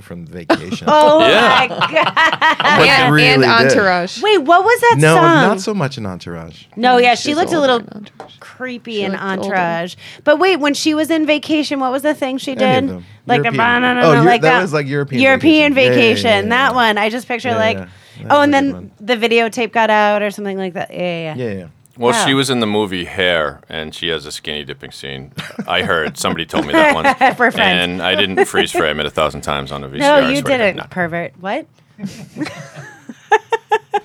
Speaker 4: *laughs*
Speaker 7: from Vacation.
Speaker 4: oh
Speaker 8: Yeah.
Speaker 4: my god.
Speaker 7: But
Speaker 6: And,
Speaker 7: really
Speaker 6: and
Speaker 7: did.
Speaker 6: Entourage.
Speaker 4: Wait, what was that
Speaker 7: No,
Speaker 4: song?
Speaker 7: not so much an entourage.
Speaker 4: no, yeah, she
Speaker 6: She's
Speaker 4: looked a
Speaker 6: older
Speaker 4: little
Speaker 6: in Entourage.
Speaker 4: creepy
Speaker 6: She
Speaker 4: and
Speaker 6: looked older.
Speaker 4: entourage. But wait, when she was in vacation, what was the thing she
Speaker 7: Any of
Speaker 4: did?
Speaker 7: them.
Speaker 4: Like
Speaker 7: European.
Speaker 4: a banana,
Speaker 7: Oh, Euro-
Speaker 4: like
Speaker 7: that was like European
Speaker 4: European
Speaker 7: vacation. Yeah, yeah, yeah,
Speaker 4: vacation.
Speaker 7: yeah,
Speaker 4: That
Speaker 7: yeah.
Speaker 4: one, I just picture
Speaker 7: Yeah,
Speaker 4: like,
Speaker 7: yeah. That
Speaker 4: oh,
Speaker 7: was
Speaker 4: and
Speaker 7: a good
Speaker 4: then the
Speaker 7: one.
Speaker 4: videotape got out or something like that. Yeah, yeah, yeah.
Speaker 7: Yeah, yeah.
Speaker 8: Well, she
Speaker 4: Wow.
Speaker 8: was in the movie Hair, and she has a skinny dipping scene. I heard somebody told me
Speaker 4: *laughs*
Speaker 8: that once,
Speaker 4: For friends.
Speaker 8: and I didn't freeze frame it a thousand times on a VCR. I
Speaker 4: No, you
Speaker 8: swear to
Speaker 4: didn't,
Speaker 8: God.
Speaker 4: pervert. What?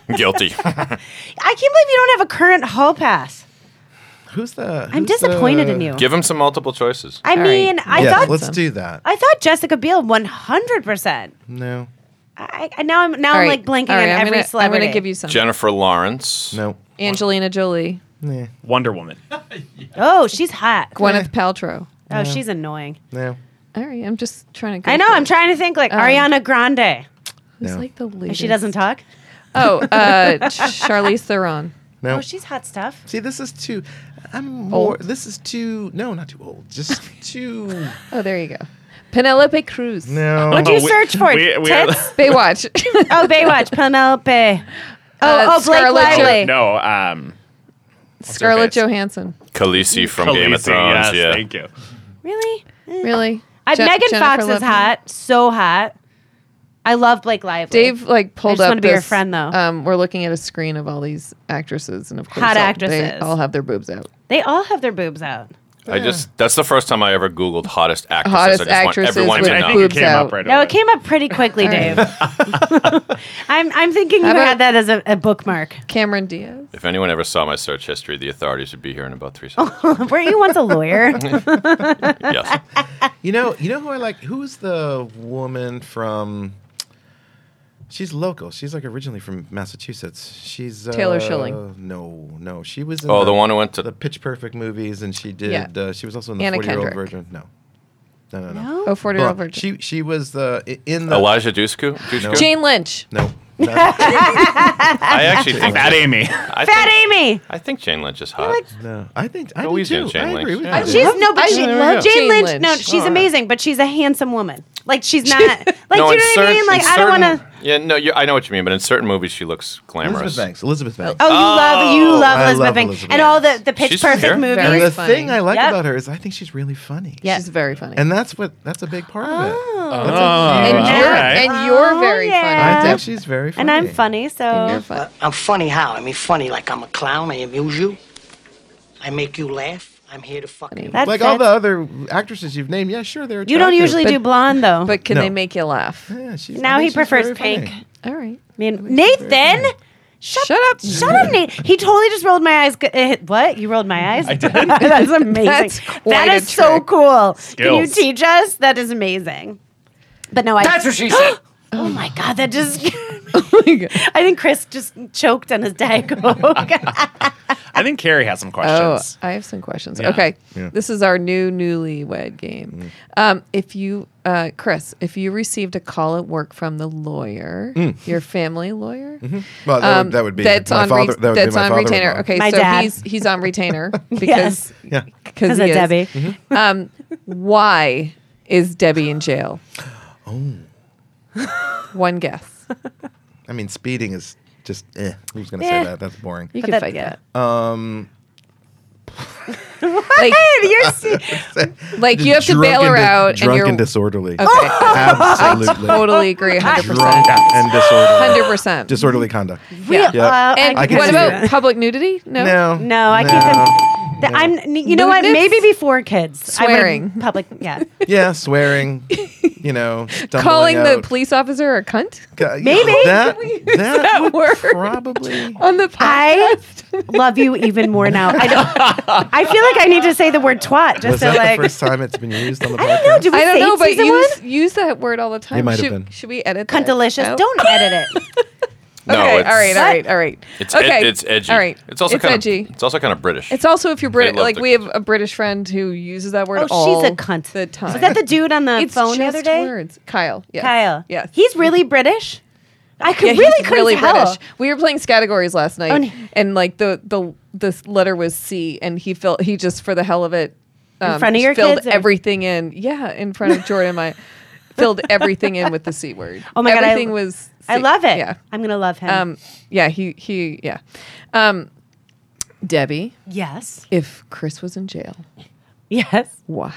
Speaker 8: No. Guilty.
Speaker 4: I
Speaker 8: *laughs*
Speaker 4: can't believe you don't have a current hall pass.
Speaker 7: Who's the?
Speaker 4: I'm
Speaker 7: who's
Speaker 4: disappointed
Speaker 7: the-
Speaker 4: in you.
Speaker 8: Give him some multiple choices.
Speaker 4: I
Speaker 6: All right.
Speaker 4: mean, I
Speaker 7: yeah,
Speaker 4: thought
Speaker 7: let's
Speaker 6: Awesome.
Speaker 7: do that.
Speaker 4: I thought Jessica Biel 100. percent
Speaker 7: No,
Speaker 4: I I- now I'm now
Speaker 6: All
Speaker 4: I'm
Speaker 6: right.
Speaker 4: like blanking
Speaker 6: All right,
Speaker 4: on
Speaker 6: I'm
Speaker 4: every
Speaker 6: gonna,
Speaker 4: celebrity.
Speaker 6: I'm gonna give you some.
Speaker 8: Jennifer Lawrence.
Speaker 7: no.
Speaker 6: Angelina Jolie,
Speaker 7: Nah,
Speaker 5: Wonder Woman.
Speaker 4: Oh, she's hot.
Speaker 6: Gwyneth Paltrow.
Speaker 4: Oh, she's annoying.
Speaker 7: no.
Speaker 6: All right, I'm just trying to. Go
Speaker 4: I know.
Speaker 6: for
Speaker 4: I'm
Speaker 6: it.
Speaker 4: trying to think like
Speaker 6: Um,
Speaker 4: Ariana Grande.
Speaker 6: Who's
Speaker 7: No.
Speaker 6: like the
Speaker 4: If
Speaker 6: latest?
Speaker 4: she doesn't talk.
Speaker 6: Oh, uh,
Speaker 4: *laughs*
Speaker 6: Charlize Theron.
Speaker 7: No.
Speaker 4: Oh, she's hot stuff.
Speaker 7: See, this is too. I'm more. This is too. No, not too
Speaker 6: *laughs*
Speaker 7: old. Just too.
Speaker 6: Oh, there you go. Penelope Cruz.
Speaker 7: No.
Speaker 4: What do you
Speaker 5: we-
Speaker 4: search for?
Speaker 5: we- we- *laughs*
Speaker 4: Tits?
Speaker 6: Baywatch.
Speaker 4: oh, Baywatch. Penelope. Oh,
Speaker 6: *laughs* Uh,
Speaker 4: oh, Blake
Speaker 6: Scarlett Jo-
Speaker 4: Lively.
Speaker 5: No, um,
Speaker 6: *laughs* Scarlett
Speaker 5: face?
Speaker 6: Johansson.
Speaker 8: Khaleesi from Game of
Speaker 5: Khaleesi,
Speaker 8: Thrones.
Speaker 5: yes,
Speaker 8: yeah.
Speaker 5: Thank you.
Speaker 4: Really?
Speaker 6: Really?
Speaker 4: I,
Speaker 6: Je-
Speaker 4: Megan
Speaker 6: Jennifer
Speaker 4: Fox is
Speaker 6: Lopez.
Speaker 4: hot. So hot. I love Blake Lively.
Speaker 6: Dave like pulled
Speaker 4: just
Speaker 6: up.
Speaker 4: wanna be your
Speaker 6: this,
Speaker 4: friend, though.
Speaker 6: Um, we're looking at a screen of all these actresses, and of course,
Speaker 4: Hot
Speaker 6: all, they
Speaker 4: actresses.
Speaker 6: all have their boobs out.
Speaker 4: They all have their boobs out.
Speaker 8: I just that's the first time I ever Googled hottest actresses.
Speaker 6: Hottest
Speaker 8: I just
Speaker 6: actresses
Speaker 8: want everyone
Speaker 6: with
Speaker 8: to
Speaker 5: I
Speaker 8: know.
Speaker 5: think it
Speaker 6: boobs
Speaker 5: came
Speaker 6: out.
Speaker 5: up right
Speaker 4: No,
Speaker 5: away.
Speaker 4: it came up pretty
Speaker 6: *laughs*
Speaker 4: quickly, Dave. *laughs* I'm I'm thinking you
Speaker 6: How about-
Speaker 4: had that as a, a bookmark. *laughs*
Speaker 6: Cameron Diaz.
Speaker 8: If anyone ever saw my search history, the authorities would be here in about three seconds.
Speaker 4: Weren't you once a
Speaker 6: *laughs*
Speaker 4: lawyer?
Speaker 8: yes.
Speaker 7: You know. You know who I like. Who's the woman from? She's local. She's like originally from Massachusetts. She's uh,
Speaker 6: Taylor Schilling.
Speaker 7: No, no. She was. In
Speaker 8: Oh, the one who went to-
Speaker 7: the Pitch Perfect movies, and she did.
Speaker 6: Yeah.
Speaker 7: Uh, she was also in the
Speaker 6: Anna
Speaker 7: Forty Year Old
Speaker 6: Kendrick.
Speaker 7: Virgin. No. No, no, no.
Speaker 6: Oh, 40 year old
Speaker 7: Well,
Speaker 6: virgin.
Speaker 7: She she was the i- in the
Speaker 8: Elijah Dushku. Dushku?
Speaker 6: Jane Lynch. *laughs*
Speaker 7: No. Not-
Speaker 8: I actually think
Speaker 4: *laughs*
Speaker 5: Fat Amy.
Speaker 8: I
Speaker 4: Fat
Speaker 8: think,
Speaker 4: Amy.
Speaker 8: I think Jane Lynch is hot.
Speaker 7: no. I think I do
Speaker 8: Always
Speaker 7: too.
Speaker 8: in Chain
Speaker 7: I
Speaker 8: Links,
Speaker 7: agree with
Speaker 8: yeah.
Speaker 6: Oh,
Speaker 7: you.
Speaker 8: I
Speaker 4: She's no, but
Speaker 6: I
Speaker 4: she,
Speaker 6: love
Speaker 4: Jane
Speaker 6: Jane
Speaker 4: Lynch,
Speaker 6: Lynch.
Speaker 4: No, she's amazing, but she's a handsome woman. Like she's not. Like do you
Speaker 8: no, in
Speaker 4: know what I
Speaker 8: cer-
Speaker 4: mean?
Speaker 8: in
Speaker 4: Like I don't
Speaker 8: certain-
Speaker 4: want to.
Speaker 8: Yeah, no, you I know what you mean, but in certain movies she looks
Speaker 7: Elizabeth
Speaker 8: glamorous.
Speaker 7: Banks. Elizabeth Banks.
Speaker 4: Oh, you love you love
Speaker 7: I
Speaker 4: Elizabeth
Speaker 7: love
Speaker 4: Banks
Speaker 7: Elizabeth
Speaker 4: and all the the Pitch
Speaker 8: She's
Speaker 4: Perfect
Speaker 8: here.
Speaker 4: movies.
Speaker 6: Very
Speaker 7: and the
Speaker 6: funny.
Speaker 7: thing I like
Speaker 4: Yep.
Speaker 7: about her is I think she's really funny.
Speaker 4: Yeah.
Speaker 6: She's very funny.
Speaker 7: And that's what that's a big part of it. That's a
Speaker 5: Oh,
Speaker 7: huge-
Speaker 6: And
Speaker 5: all
Speaker 6: you're,
Speaker 5: right.
Speaker 6: and you're
Speaker 4: Oh,
Speaker 6: very
Speaker 4: yeah.
Speaker 7: I
Speaker 6: funny.
Speaker 7: think
Speaker 6: too.
Speaker 7: she's very funny.
Speaker 4: And I'm funny,
Speaker 6: And
Speaker 4: so
Speaker 6: you're funny.
Speaker 10: I'm funny how? I mean, funny like I'm a clown. I amuse you. I make you laugh. I'm here to fucking.
Speaker 4: that's
Speaker 7: Like all the
Speaker 4: that's-
Speaker 7: other actresses you've named, yeah, sure they're.
Speaker 4: You don't
Speaker 7: attractive,
Speaker 4: usually
Speaker 7: but-
Speaker 4: do blonde though.
Speaker 6: But can
Speaker 7: No.
Speaker 6: they make you laugh?
Speaker 7: Yeah, she's, I
Speaker 4: Now
Speaker 7: think
Speaker 4: he
Speaker 7: she's
Speaker 4: prefers
Speaker 7: very funny.
Speaker 4: pink.
Speaker 6: All *laughs* right.
Speaker 4: I mean, Nathan. Shut,
Speaker 6: Shut up.
Speaker 4: Shut up, Nate. He totally just rolled my eyes. G- eh, What? You rolled my eyes? I did. *laughs* That's amazing.
Speaker 6: That's quite
Speaker 4: That
Speaker 6: a
Speaker 4: is so
Speaker 6: trick.
Speaker 4: cool. Can you
Speaker 5: Skills.
Speaker 4: teach us? That is amazing. But no, I. That's what she said. *gasps* oh my God, that just. *laughs*
Speaker 6: Oh,
Speaker 4: I think Chris just choked on his Diet
Speaker 6: *laughs*
Speaker 4: Coke.
Speaker 5: I think Carrie has some
Speaker 6: Oh,
Speaker 5: questions.
Speaker 6: I have some questions.
Speaker 5: Yeah.
Speaker 6: Okay.
Speaker 7: Yeah. Mm.
Speaker 6: This is our new newlywed game. Um, if you, uh, Chris, if you received a call at work from the lawyer, your family lawyer,
Speaker 7: Well, Mm. Mm-hmm. that,
Speaker 6: um,
Speaker 7: would, that would be
Speaker 6: that's
Speaker 7: my
Speaker 6: on
Speaker 7: father.
Speaker 6: re-
Speaker 7: that would be
Speaker 6: that's
Speaker 7: my
Speaker 6: on
Speaker 7: father-in-law.
Speaker 6: retainer. Okay,
Speaker 4: My
Speaker 6: so
Speaker 4: dad.
Speaker 6: he's he's on retainer
Speaker 4: *laughs* Yes.
Speaker 6: because
Speaker 7: Yeah.
Speaker 6: because
Speaker 4: Because
Speaker 6: he
Speaker 4: of
Speaker 6: is.
Speaker 4: Debbie.
Speaker 6: Um, why is Debbie in jail? Oh. One guess.
Speaker 7: I mean, speeding is just. Eh, who's gonna
Speaker 4: Yeah.
Speaker 7: say that? That's boring.
Speaker 6: You
Speaker 4: But
Speaker 6: can
Speaker 4: that-
Speaker 6: fight that.
Speaker 7: *laughs*
Speaker 4: What? You're se-
Speaker 6: Like you have to
Speaker 7: Drunk
Speaker 6: bail her
Speaker 7: and di-
Speaker 6: out, and
Speaker 7: Drunk
Speaker 6: you're
Speaker 7: and disorderly. *laughs*
Speaker 6: okay. *laughs*
Speaker 7: Absolutely.
Speaker 6: totally agree, hundred
Speaker 7: Drunk
Speaker 6: percent,
Speaker 7: and disorderly.
Speaker 6: hundred percent.
Speaker 7: Disorderly conduct.
Speaker 6: Yeah.
Speaker 7: Yep.
Speaker 4: Well, uh, I
Speaker 6: And
Speaker 7: I
Speaker 4: can
Speaker 7: can
Speaker 6: what
Speaker 7: see
Speaker 4: see
Speaker 6: about
Speaker 4: that.
Speaker 6: public nudity? No.
Speaker 7: No.
Speaker 4: No, I keep them. th- I'm. n- You know what?
Speaker 6: Lewdness?
Speaker 4: Maybe before kids. I would-
Speaker 6: Swearing.
Speaker 4: Public. Yeah.
Speaker 7: Yeah, swearing. You
Speaker 6: *laughs*
Speaker 7: know, stumbling
Speaker 6: Calling the
Speaker 7: out.
Speaker 6: police officer a cunt
Speaker 7: Ca-
Speaker 4: Maybe.
Speaker 7: that that,
Speaker 6: that Oh,
Speaker 7: would
Speaker 6: word?
Speaker 7: probably.
Speaker 6: on the podcast. *laughs*
Speaker 4: I love you even more now. I don't. I feel like I need to say the word twat just
Speaker 7: Was
Speaker 4: to
Speaker 7: that
Speaker 4: like.
Speaker 7: the first time it's been used on the podcast?
Speaker 4: I don't know. Do we
Speaker 6: *laughs* I don't
Speaker 4: say
Speaker 6: know,
Speaker 4: it
Speaker 6: but
Speaker 4: season
Speaker 6: use,
Speaker 4: one?
Speaker 6: use that word all the time.
Speaker 7: It might have
Speaker 6: should,
Speaker 7: been.
Speaker 6: should we edit that?
Speaker 4: Cuntalicious.
Speaker 6: out?
Speaker 4: Don't edit
Speaker 6: *laughs*
Speaker 4: it.
Speaker 8: No,
Speaker 6: okay.
Speaker 8: it's,
Speaker 6: all right. All right. All right.
Speaker 8: It's ed-
Speaker 6: okay.
Speaker 8: it's edgy.
Speaker 6: All right.
Speaker 8: It's also
Speaker 6: it's
Speaker 8: kind
Speaker 6: edgy.
Speaker 8: of it's also kind of British.
Speaker 6: it's also if you're British.
Speaker 8: love
Speaker 6: Like
Speaker 8: the-
Speaker 6: we have a British friend who uses that word
Speaker 4: Oh,
Speaker 6: all
Speaker 4: she's a cunt.
Speaker 6: the time.
Speaker 4: Was that the dude on the
Speaker 6: it's
Speaker 4: phone the
Speaker 6: just
Speaker 4: other day?
Speaker 6: Words. Kyle. Yes.
Speaker 4: Kyle.
Speaker 6: Yes.
Speaker 4: He's really British. I could
Speaker 6: Yeah, he's
Speaker 4: really couldn't
Speaker 6: really
Speaker 4: tell.
Speaker 6: British. We were playing categories last night,
Speaker 4: and-
Speaker 6: and like the the this letter was C, and he felt he just for the hell of it, um,
Speaker 4: front of your
Speaker 6: filled
Speaker 4: kids or-
Speaker 6: everything in. Yeah, in front of
Speaker 4: *laughs*
Speaker 6: Jordan, and I filled everything in with the C word.
Speaker 4: Oh my God, I-
Speaker 6: everything was. C.
Speaker 4: I love it.
Speaker 6: Yeah,
Speaker 4: I'm gonna love him.
Speaker 6: um, yeah, he he yeah, um, Debbie.
Speaker 4: yes.
Speaker 6: If Chris was in jail,
Speaker 4: Yes.
Speaker 6: why?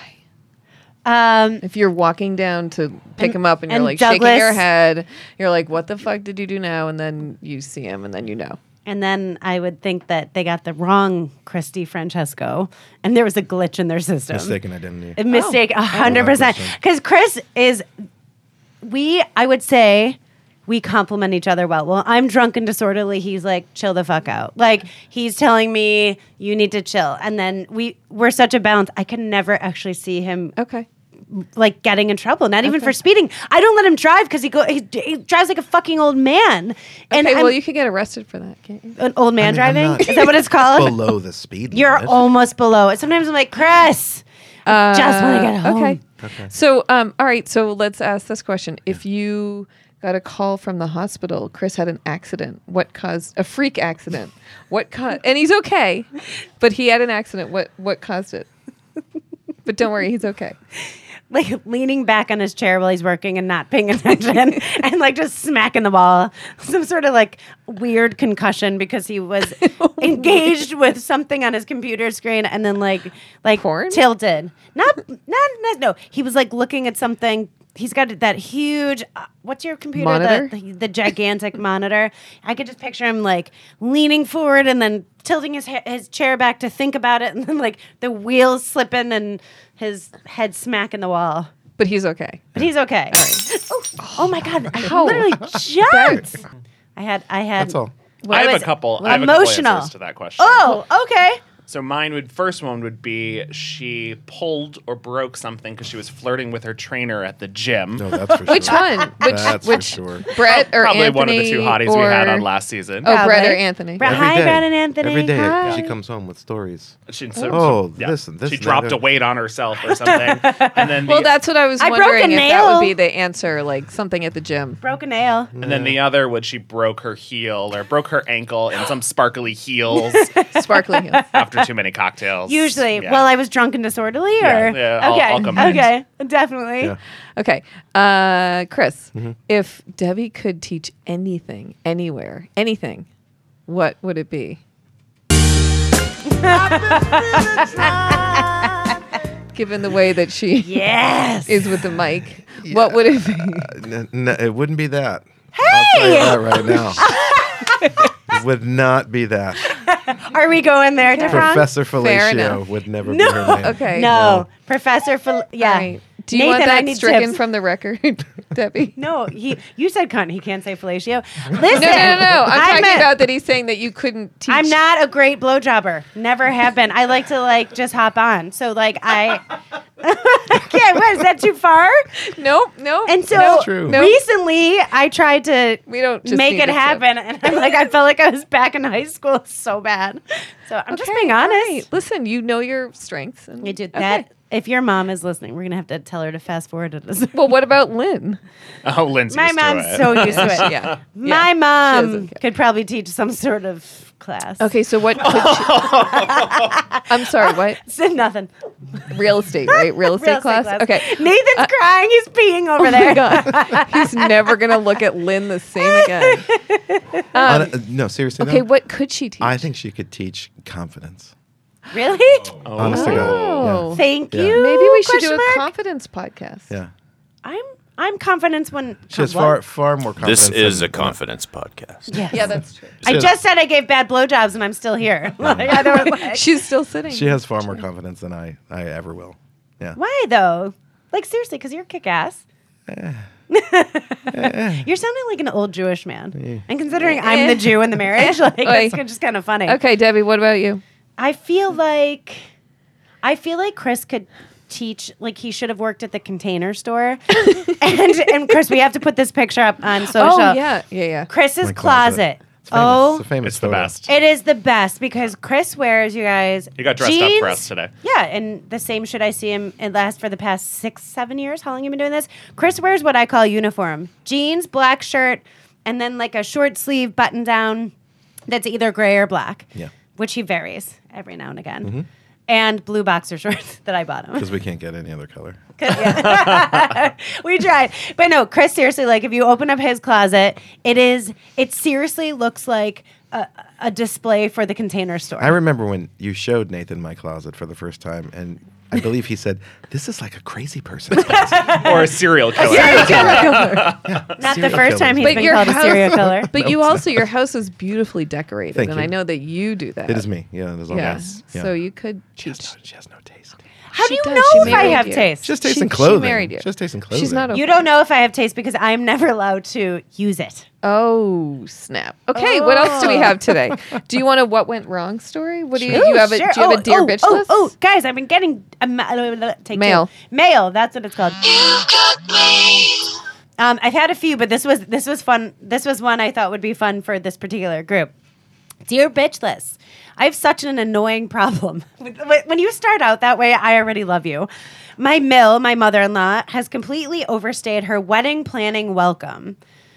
Speaker 4: Um,
Speaker 6: If you're walking down to pick him up and you're
Speaker 4: and
Speaker 6: like shaking
Speaker 4: Douglas-
Speaker 6: your head, you're like, "What the fuck did you do now?" And then you see him, and then you know.
Speaker 4: and then I would think that they got the wrong Christy Francesco, and there was a glitch in their system.
Speaker 7: Mistaken identity.
Speaker 4: A mistake,
Speaker 6: Oh,
Speaker 4: a hundred
Speaker 7: love that
Speaker 4: percent. Because Chris is, we I would say, we complement each other well. Well, I'm drunk and disorderly. He's like, chill the fuck out. Like he's telling me you need to chill, and then we we're such a balance. I can never actually see him
Speaker 6: Okay.
Speaker 4: like getting in trouble. Not even for speeding. I don't let him drive because he go he, he drives like a fucking old man. and
Speaker 6: okay,
Speaker 4: I'm
Speaker 6: well, you could get arrested for that, can't you?
Speaker 4: an old man
Speaker 7: I mean, I'm
Speaker 4: driving.
Speaker 7: not
Speaker 4: Is that what it's called?
Speaker 7: Below the speed
Speaker 4: You're
Speaker 7: limit.
Speaker 4: almost below. it. Sometimes I'm like, Chris, I just want to get home.
Speaker 6: Uh, Okay. So, um, all right. So let's ask this question: If you got a call from the hospital, Chris had an accident. What caused a freak accident? What caused? And he's okay, but he had an accident. What what caused it? But don't worry, he's okay.
Speaker 4: like leaning back on his chair while he's working and not paying *laughs* attention and like just smacking the wall. Some sort of like weird concussion because he was engaged with something on his computer screen and then like like
Speaker 6: Porn?
Speaker 4: tilted. Not not not no. He was like looking at something. He's got that huge. Uh, what's your computer?
Speaker 6: Monitor?
Speaker 4: The, the, the gigantic monitor. I could just picture him like leaning forward and then tilting his ha- his chair back to think about it, *laughs* and then like the wheels slipping and his head smacking the wall.
Speaker 6: But he's okay.
Speaker 4: But he's okay. oh, oh my god! I *laughs* literally jumped. I had I had.
Speaker 7: That's all.
Speaker 5: I have
Speaker 4: was
Speaker 5: a couple.
Speaker 4: well,
Speaker 5: I have a couple
Speaker 4: emotional.
Speaker 5: answers to that question.
Speaker 4: Oh, okay.
Speaker 5: So mine would first one would be she pulled or broke something because she was flirting with her trainer at the gym.
Speaker 6: *laughs*
Speaker 7: No, that's for
Speaker 5: *laughs*
Speaker 6: Which
Speaker 7: sure.
Speaker 6: one? Which
Speaker 7: That's
Speaker 6: which
Speaker 7: for sure.
Speaker 6: Brett or
Speaker 5: Probably
Speaker 6: Anthony
Speaker 5: one of the two hotties we
Speaker 6: or-
Speaker 5: had on last season.
Speaker 6: Oh, Brett or
Speaker 4: Probably.
Speaker 6: Anthony.
Speaker 4: Brett-
Speaker 7: Every
Speaker 4: Hi,
Speaker 7: day.
Speaker 4: Brad and Anthony.
Speaker 7: Every day
Speaker 4: Hi.
Speaker 7: she comes home with stories.
Speaker 5: She, so,
Speaker 7: Oh,
Speaker 5: so- yeah.
Speaker 7: listen, this
Speaker 5: she
Speaker 7: and
Speaker 5: dropped
Speaker 7: that.
Speaker 5: a weight on herself
Speaker 4: *laughs*
Speaker 5: or something, and then
Speaker 6: Well,
Speaker 5: the,
Speaker 6: that's what I was
Speaker 4: I broke a
Speaker 6: wondering if that
Speaker 4: nail.
Speaker 6: would be the answer, like something at
Speaker 4: *laughs*
Speaker 6: the gym.
Speaker 4: Broke a nail.
Speaker 5: and then the other would she broke her heel or broke her ankle in some
Speaker 4: *laughs*
Speaker 5: sparkly heels
Speaker 6: Sparkling heels.
Speaker 5: after too many cocktails.
Speaker 4: Usually,
Speaker 5: Yeah.
Speaker 4: well, I was drunk and disorderly, or
Speaker 5: Yeah, yeah, I'll-
Speaker 4: okay,
Speaker 5: I'll combine.
Speaker 4: okay, definitely.
Speaker 7: Yeah.
Speaker 6: Okay. Uh, Chris, if Debbie could teach anything, anywhere, anything, what would it
Speaker 4: *laughs*
Speaker 6: be? Given the way that she
Speaker 4: Yes.
Speaker 6: is with the mic, what would it be?
Speaker 7: N- n- it wouldn't be that. Hey! I'll tell you that right now.
Speaker 6: *laughs*
Speaker 7: it would not be that.
Speaker 4: Are we going there, Devron?
Speaker 7: Professor
Speaker 6: Fair enough.
Speaker 7: Felicio
Speaker 4: *laughs*
Speaker 7: would never be her name.
Speaker 6: Okay.
Speaker 4: no, Professor. Fel- yeah.
Speaker 6: All right. Do you
Speaker 4: Nathan,
Speaker 6: want
Speaker 4: I
Speaker 6: that
Speaker 4: need
Speaker 6: stricken
Speaker 4: tips.
Speaker 6: from the record, *laughs* Debbie?
Speaker 4: No, he. You said cunt. He can't say fellatio. Listen,
Speaker 6: *laughs* No, no, no, no. I'm talking
Speaker 4: a-
Speaker 6: about that he's saying that you couldn't teach.
Speaker 4: I'm not a great blowjobber. Never have been. I like to like just hop on. So like I, *laughs* I can't. What is that too far?
Speaker 6: Nope, nope.
Speaker 4: And so
Speaker 6: nope,
Speaker 7: true.
Speaker 6: nope.
Speaker 4: recently, I tried to
Speaker 6: We don't just
Speaker 4: make
Speaker 6: need
Speaker 4: it
Speaker 6: a tip.
Speaker 4: happen, and I'm like, I felt like I was back in high school *laughs* so bad. So I'm just
Speaker 6: Okay,
Speaker 4: being
Speaker 6: all
Speaker 4: honest.
Speaker 6: right. Listen, you know your strengths. And,
Speaker 4: I did
Speaker 6: okay.
Speaker 4: that. If your mom is listening, we're gonna have to tell her to fast forward *laughs* it.
Speaker 6: Well, what about Lynn?
Speaker 5: oh, Lindsay.
Speaker 4: My
Speaker 5: was to
Speaker 4: mom's
Speaker 5: it.
Speaker 4: so
Speaker 6: *laughs*
Speaker 4: used to it.
Speaker 6: yeah.
Speaker 4: My
Speaker 6: Yeah.
Speaker 4: mom
Speaker 6: doesn't care.
Speaker 4: could probably teach some sort of class.
Speaker 6: Okay, so what? Could you- I'm sorry. What?
Speaker 4: So *laughs* nothing.
Speaker 6: Real estate, right? Real estate,
Speaker 4: Real estate
Speaker 6: class?
Speaker 4: class.
Speaker 6: Okay. Uh,
Speaker 4: Nathan's crying. He's peeing over
Speaker 6: Oh
Speaker 4: there.
Speaker 6: my God. He's never gonna look at Lynn the same again.
Speaker 7: On a- no, seriously.
Speaker 6: Um, Okay,
Speaker 7: though,
Speaker 6: what could she teach?
Speaker 7: I think she could teach confidence.
Speaker 4: Really?
Speaker 7: Honest to
Speaker 6: Oh.
Speaker 7: God.
Speaker 4: Thank
Speaker 7: Yeah.
Speaker 4: you.
Speaker 6: Maybe we should do
Speaker 4: question mark?
Speaker 6: a confidence podcast.
Speaker 7: Yeah. yeah.
Speaker 4: I'm I'm confidence when
Speaker 7: She has
Speaker 4: what?
Speaker 7: far, far more confidence.
Speaker 8: This is a
Speaker 7: than-
Speaker 8: confidence podcast.
Speaker 4: Yes.
Speaker 6: Yeah, that's true.
Speaker 4: I just said I gave bad blowjobs and I'm still
Speaker 7: *laughs*
Speaker 4: here. Like, I don't- like-
Speaker 6: *laughs* She's still sitting.
Speaker 7: She has far more confidence than I, I ever will. Yeah.
Speaker 4: Why though? Like seriously, because you're kick ass.
Speaker 7: Eh.
Speaker 4: *laughs* you're sounding like an old Jewish man. And considering I'm the Jew in the
Speaker 6: *laughs*
Speaker 4: marriage, like it's just kind of funny.
Speaker 6: Eh. okay, Debbie. What about you?
Speaker 4: I feel like I feel like Chris could teach like he should have worked at the container
Speaker 6: *laughs*
Speaker 4: store. and and Chris, we have to put this picture up on social.
Speaker 6: Oh yeah, yeah, yeah.
Speaker 4: Chris's
Speaker 7: My
Speaker 4: closet.
Speaker 7: closet. It's famous.
Speaker 4: Oh,
Speaker 7: it's, a famous
Speaker 5: It's the
Speaker 7: photo.
Speaker 5: best.
Speaker 4: it is the best because Chris wears you guys.
Speaker 5: You got dressed up
Speaker 4: jeans.
Speaker 5: for us today.
Speaker 4: Yeah, and the same should I see him it last for the past six, seven years. How long you been doing this? Chris wears what I call uniform: jeans, black shirt, and then like a short sleeve button down that's either gray or black.
Speaker 7: Yeah.
Speaker 4: which he varies every now and again. And blue boxer *laughs* shorts that I bought him.
Speaker 7: Because we can't get any other color.
Speaker 4: we tried. But no, Chris, seriously, like if you open up his closet, it is, it seriously looks like a, a display for the container store.
Speaker 7: I remember when you showed Nathan my closet for the first time, and I believe he said, "This is like a
Speaker 6: *laughs*
Speaker 7: crazy person's closet."
Speaker 5: or a
Speaker 4: *laughs*
Speaker 5: serial killer.
Speaker 4: Not the
Speaker 7: Serial
Speaker 4: first time he's
Speaker 6: But
Speaker 7: killers.
Speaker 4: been
Speaker 6: your
Speaker 4: called a
Speaker 6: house- *laughs*
Speaker 4: serial killer.
Speaker 6: But you also, your house is beautifully decorated,
Speaker 7: Thank
Speaker 6: and I
Speaker 7: you.
Speaker 6: know that you do that.
Speaker 7: It is me. Yeah, there's all
Speaker 6: Yeah.
Speaker 7: yes.
Speaker 6: So you could
Speaker 7: She
Speaker 6: teach.
Speaker 7: has, no, she has no taste.
Speaker 4: How do
Speaker 6: she
Speaker 4: you
Speaker 6: does. She
Speaker 4: know if I
Speaker 6: married
Speaker 4: have
Speaker 6: you.
Speaker 4: taste?
Speaker 7: She has taste
Speaker 6: She-
Speaker 7: in
Speaker 6: she
Speaker 7: clothing.
Speaker 6: married you.
Speaker 7: She has taste in clothing.
Speaker 6: She's not a.
Speaker 4: you don't know if I have taste because I'm never allowed to use it.
Speaker 6: oh snap. Okay, what else do we
Speaker 4: Oh.
Speaker 6: have today? Do you want a what went wrong story? What do you? you have a, Do you have a dear
Speaker 4: oh,
Speaker 6: bitch
Speaker 4: oh,
Speaker 6: list?
Speaker 4: Oh, guys, I've been getting a ma- uh, take
Speaker 6: Mail.
Speaker 4: Two. Mail. That's what it's called. Um, I've had a few, but this was this was fun. This was one I thought would be fun for this particular group. Dear bitch list. I have such an annoying problem. *laughs* With- wh- when you start out that way, I already love you. My Mill, my mother in law, has completely overstayed her wedding planning welcome.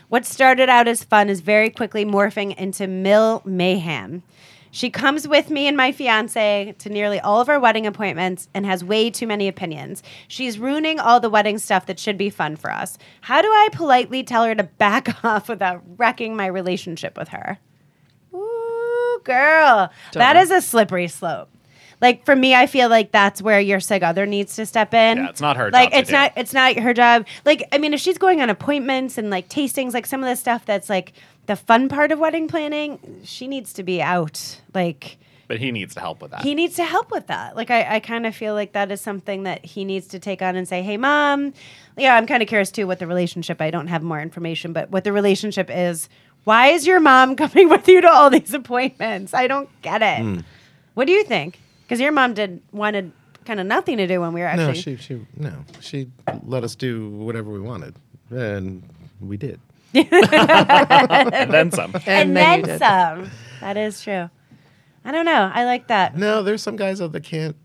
Speaker 4: What started out as fun is very quickly morphing into Mill mayhem. She comes with me and my fiance to nearly all of our wedding appointments and has way too many opinions. She's ruining all the wedding stuff that should be fun for us. How do I politely tell her to back *laughs* off without wrecking my relationship with her? Ooh, girl. That is a slippery slope. Like for me, I feel like that's where your sig other needs to step in.
Speaker 5: Yeah, it's not her
Speaker 4: Like
Speaker 5: job to
Speaker 4: it's
Speaker 5: do.
Speaker 4: not it's not her job. Like I mean, if she's going on appointments and like tastings, like some of the stuff that's like the fun part of wedding planning, she needs to be out. Like
Speaker 5: But he needs to help with that.
Speaker 4: he needs to help with that. Like I, I kind of feel like that is something that he needs to take on and say, "Hey, mom, yeah, I'm kind of curious too what the relationship. I don't have more information, but what the relationship is. Why is your mom *laughs* coming with you to all these appointments? I don't get it. What do you think? Because your mom did wanted kind of nothing to do when we were actually.
Speaker 7: No, she she no, she let us do whatever we wanted, and we did.
Speaker 5: and then some.
Speaker 4: *laughs* and,
Speaker 6: then
Speaker 4: then
Speaker 6: you did.
Speaker 4: some. That is true. I don't know. I like that.
Speaker 7: No, there's some guys though that can't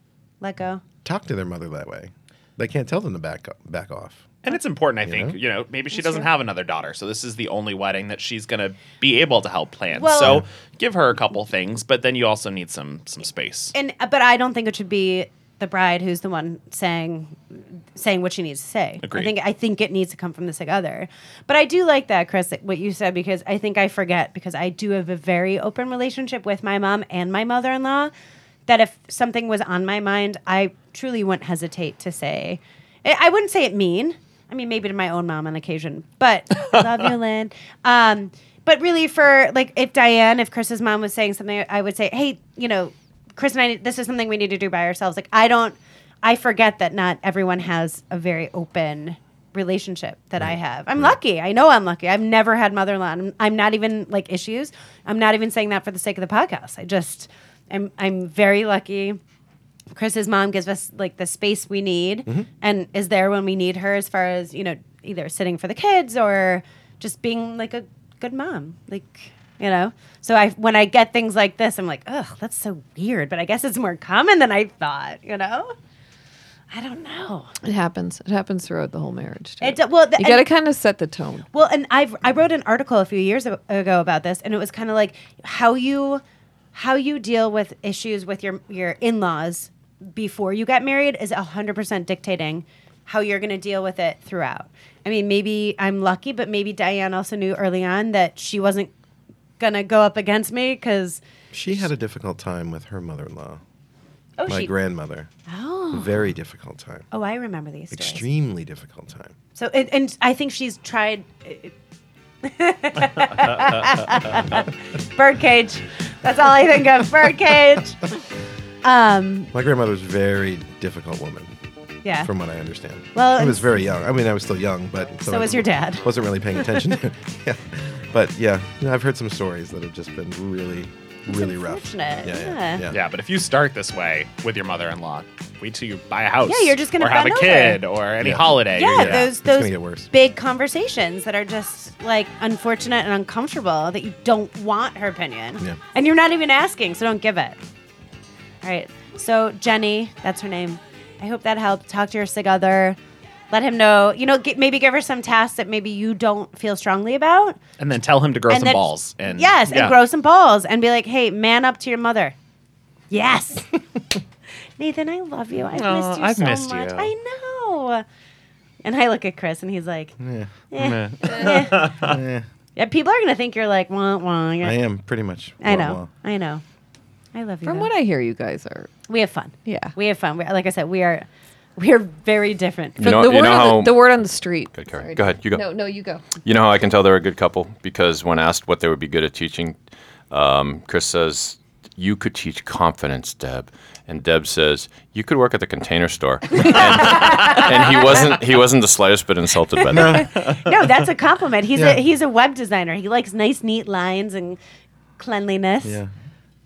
Speaker 4: Let go.
Speaker 7: talk to their mother that way. They can't tell them to back back off.
Speaker 5: And it's important, I think. You know, maybe she doesn't have another daughter, so this is the only wedding that she's gonna be able to help plan.
Speaker 4: Well-
Speaker 5: so give her a couple things, but then you also need some some space.
Speaker 4: and uh, but I don't think it should be the bride who's the one saying saying what she needs to say.
Speaker 5: Agreed.
Speaker 4: I think I think it needs to come from the sick other. But I do like that, Chris, that- what you said because I think I forget because I do have a very open relationship with my mom and my mother in law. That if something was on my mind, I truly wouldn't hesitate to say. I I wouldn't say it mean. I mean, maybe to my own mom on occasion, but *laughs* love you, Lynn. Um, but really, for like, if Diane, if Chris's mom was saying something, I would say, "Hey, you know, Chris and I, this is something we need to do by ourselves. Like, I don't, I forget that not everyone has a very open relationship that I have. I'm lucky. I know I'm lucky. I've never had mother in law. I'm, I'm not even like issues. I'm not even saying that for the sake of the podcast. I just, I'm, I'm very lucky. Chris's mom gives us like the space we need and is there when we need her as far as, you know, either sitting for the kids or just being like a good mom. Like, you know? So I when I get things like this, I'm like, "Ugh, that's so weird, but I guess it's more common than I thought, you know? I don't know.
Speaker 6: It happens. It happens throughout the whole marriage. Too.
Speaker 4: It d- well, the-
Speaker 6: you got to
Speaker 4: and-
Speaker 6: kind of set the tone.
Speaker 4: Well, and I've I wrote an article a few years a- ago about this, and it was kind of like how you how you deal with issues with your your in laws before you get married is hundred percent dictating how you're going to deal with it throughout. I mean, maybe I'm lucky, but maybe Diane also knew early on that she wasn't going to go up against me because
Speaker 7: She had a difficult time with her mother-in-law,
Speaker 4: oh
Speaker 7: my
Speaker 4: she
Speaker 7: grandmother.
Speaker 4: oh
Speaker 7: Very difficult time.
Speaker 4: oh I remember these stories.
Speaker 7: Extremely difficult time.
Speaker 4: So and, and I think she's
Speaker 7: *laughs*
Speaker 4: tried. birdcage. That's all I think of. Birdcage. Um.
Speaker 7: My grandmother was a very difficult woman,
Speaker 4: Yeah.
Speaker 7: from what I understand.
Speaker 4: Well,
Speaker 7: I was
Speaker 4: and-
Speaker 7: very young. I mean, I was still young, but
Speaker 4: So
Speaker 7: I
Speaker 4: was your dad.
Speaker 7: *laughs* Wasn't really paying
Speaker 4: *laughs*
Speaker 7: attention. to yeah, but yeah, you know, I've heard some stories that have just been really, really rough.
Speaker 4: unfortunate, yeah.
Speaker 7: yeah.
Speaker 5: Yeah, but if you start this way with your mother-in-law, wait till you buy a house.
Speaker 4: Yeah, you're just gonna
Speaker 5: or have
Speaker 4: bend
Speaker 5: a
Speaker 4: over.
Speaker 5: kid or any
Speaker 7: Yeah.
Speaker 5: holiday.
Speaker 4: yeah,
Speaker 5: you're gonna-
Speaker 4: Those
Speaker 7: gonna
Speaker 4: those
Speaker 7: get worse.
Speaker 4: big conversations that are just like unfortunate and uncomfortable that you don't want her opinion.
Speaker 7: Yeah.
Speaker 4: And you're not even asking, so don't give it. All right. So Jenny, that's her name. I hope that helped. Talk to your sig other. Let him know. You know, get, maybe give her some tasks that maybe you don't feel strongly about.
Speaker 5: and then tell him to grow some
Speaker 4: then-
Speaker 5: balls. And
Speaker 4: yes,
Speaker 5: yeah.
Speaker 4: and grow some balls and be like, hey, man up to your mother. Yes. *laughs* Nathan, I love you. I've
Speaker 5: Aw,
Speaker 4: missed you
Speaker 5: Oh, I've
Speaker 4: so
Speaker 5: missed
Speaker 4: much.
Speaker 5: you.
Speaker 4: I know. And I look at Chris and he's like,
Speaker 7: Yeah.
Speaker 4: eh,
Speaker 5: *laughs*
Speaker 4: eh.
Speaker 7: Eh,
Speaker 4: yeah, people are gonna think you're like, wah, wah. You're,
Speaker 7: I am pretty much.
Speaker 4: I
Speaker 7: wah,
Speaker 4: know,
Speaker 7: wah.
Speaker 4: I know, I love you.
Speaker 6: From
Speaker 4: though.
Speaker 6: what I hear, you guys are.
Speaker 4: we have fun.
Speaker 6: Yeah.
Speaker 4: we have fun. We're, like I said, we are, we are very different.
Speaker 6: But
Speaker 8: know-
Speaker 6: the,
Speaker 8: you
Speaker 6: word
Speaker 8: know
Speaker 6: on
Speaker 8: how-
Speaker 6: the, the word on the street.
Speaker 8: Good, Carrie.
Speaker 6: Sorry.
Speaker 8: Go ahead, you go.
Speaker 6: No, no, you go.
Speaker 8: You know how I can tell they're a good couple because when asked what they would be good at teaching, um, Chris says, "You could teach confidence, Deb," and Deb says, "You could work at the container store." *laughs* and, and he wasn't he wasn't the slightest bit insulted by that.
Speaker 4: no, that's a compliment. He's
Speaker 7: Yeah.
Speaker 4: a he's a web designer. He likes nice, neat lines and cleanliness.
Speaker 7: Yeah.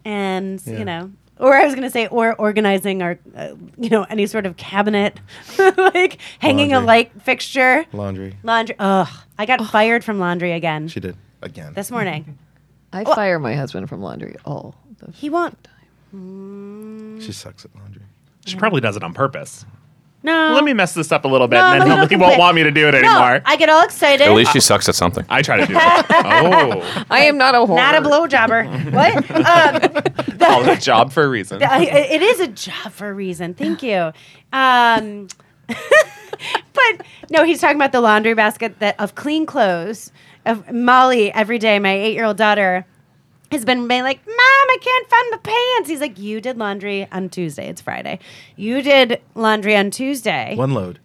Speaker 4: and
Speaker 7: Yeah.
Speaker 4: you know or i was going to say or organizing our uh, you know any sort of cabinet *laughs* like hanging a
Speaker 7: Laundry.
Speaker 4: light fixture
Speaker 7: Laundry.
Speaker 4: laundry ugh i got fired from laundry again
Speaker 7: She did again.
Speaker 4: this morning
Speaker 6: I fire my husband from laundry all the
Speaker 4: he won't
Speaker 7: She sucks at laundry.
Speaker 5: She probably does it on purpose.
Speaker 4: No.
Speaker 5: Let me mess this up a little bit,
Speaker 4: No,
Speaker 5: and
Speaker 4: let
Speaker 5: then
Speaker 4: me
Speaker 5: he'll-
Speaker 4: not
Speaker 5: he won't
Speaker 4: complain.
Speaker 5: want me to do it
Speaker 4: No,
Speaker 5: anymore. I,
Speaker 4: I get all excited.
Speaker 8: At least she sucks at something.
Speaker 5: try to
Speaker 4: *laughs*
Speaker 5: do it. oh,
Speaker 6: I am not a whore.
Speaker 4: Not a
Speaker 7: *laughs*
Speaker 4: blowjobber. what? Um,
Speaker 5: call it a job for a reason.
Speaker 4: I- I- it is a job for a reason. Thank you. Um, *laughs* but no, he's talking about the laundry basket that of clean clothes of Molly every day. My eight-year-old daughter has been being like, "Mom, I can't find my pants." He's like, "You did laundry on Tuesday. It's Friday. You did laundry on Tuesday.
Speaker 7: One load,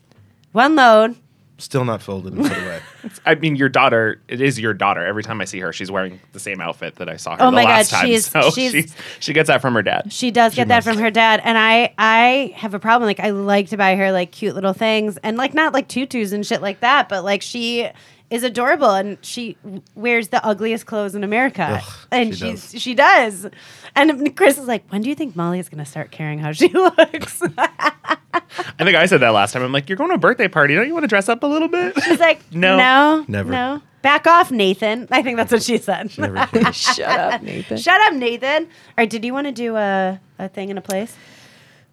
Speaker 4: One load."
Speaker 7: still not folded and put
Speaker 4: *laughs*
Speaker 7: away.
Speaker 5: I mean, your daughter. It is your daughter. Every time I see her, she's wearing the same outfit that I saw her
Speaker 4: Oh
Speaker 5: the
Speaker 4: my
Speaker 5: last
Speaker 4: God,
Speaker 5: time.
Speaker 4: she is-
Speaker 5: *laughs* so
Speaker 4: she's-
Speaker 5: she's, she gets that from her dad.
Speaker 4: She does get that from her dad, and I I have a problem. Like I like to buy her like cute little things, and like not like tutus and shit like that, but like she is adorable, and she w- wears the ugliest clothes in America,
Speaker 7: Ugh,
Speaker 4: and
Speaker 7: she
Speaker 4: she she's, she does. And Chris is like, when do you think Molly is gonna start caring how she *laughs* looks?
Speaker 5: I think I said that last time. I'm like, you're going to a birthday party. Don't you want to dress up a little bit? *laughs*
Speaker 4: She's like,
Speaker 5: No.
Speaker 4: no, no,
Speaker 7: Never.
Speaker 4: no, back off, Nathan. *laughs* I think that's what she said.
Speaker 7: Never
Speaker 6: *laughs*
Speaker 7: cared.
Speaker 6: Shut up,
Speaker 4: *laughs*
Speaker 6: Nathan.
Speaker 4: Shut up, Nathan. All right, did you want to do a, a thing in a place?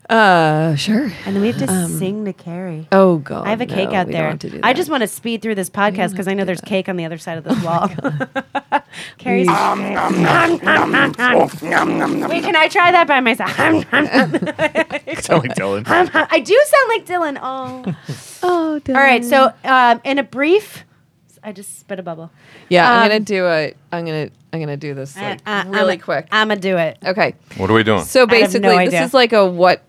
Speaker 4: Um,
Speaker 6: Uh, sure.
Speaker 4: And then we have to sing to Carrie.
Speaker 6: Oh god.
Speaker 4: I have a cake
Speaker 6: no,
Speaker 4: out
Speaker 6: we
Speaker 4: there.
Speaker 6: Don't want to do
Speaker 4: I
Speaker 6: that. Oh
Speaker 4: just want to speed through this podcast because I know there's cake on the other side of this wall. *laughs* Carrie's. Wait, can I try that by
Speaker 6: *laughs*
Speaker 4: myself?
Speaker 5: Sound
Speaker 4: *laughs*
Speaker 5: like Dylan.
Speaker 4: I do sound like Dylan.
Speaker 6: *laughs*
Speaker 4: Oh.
Speaker 6: Oh, Dylan.
Speaker 4: All right. So, um, in a brief, I just spit a bubble.
Speaker 6: yeah, I'm gonna
Speaker 4: um,
Speaker 6: do a. I'm gonna. I'm gonna do this like,
Speaker 4: Uh,
Speaker 6: really quick.
Speaker 4: I'm gonna do it.
Speaker 6: okay.
Speaker 8: What are we doing?
Speaker 6: So
Speaker 4: I have no
Speaker 6: basically,
Speaker 4: idea.
Speaker 6: this is like a what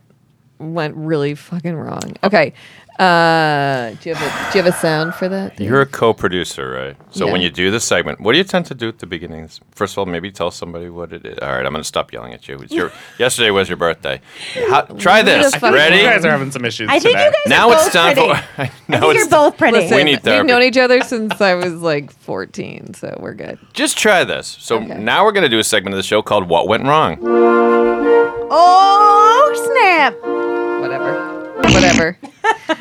Speaker 6: went really fucking wrong. Okay. Uh, do you have a do you have a sound for that?
Speaker 8: You're a co-producer, right? So when
Speaker 6: Yeah.
Speaker 8: you do the segment, what do you tend to do at the beginnings? First of all, maybe tell somebody what it is. All right, I'm going to stop yelling at you. It's your, yesterday was your birthday. How, try
Speaker 6: the
Speaker 8: this.
Speaker 6: fuck
Speaker 5: You
Speaker 8: Ready?
Speaker 5: guys are having some issues.
Speaker 4: I think
Speaker 5: today.
Speaker 4: you guys
Speaker 8: Now
Speaker 4: are
Speaker 8: it's
Speaker 4: both
Speaker 8: time
Speaker 4: pretty.
Speaker 8: for.
Speaker 4: I
Speaker 8: *laughs* now
Speaker 4: think you're
Speaker 8: it's
Speaker 4: both pretty.
Speaker 6: Listen,
Speaker 8: We need
Speaker 6: we've
Speaker 8: therapy.
Speaker 6: known each other since I was like 14, so we're good.
Speaker 8: Just try this. So
Speaker 6: Okay.
Speaker 8: now we're going to do a segment of the show called "What Went Wrong."
Speaker 4: Oh snap!
Speaker 6: Whatever, whatever.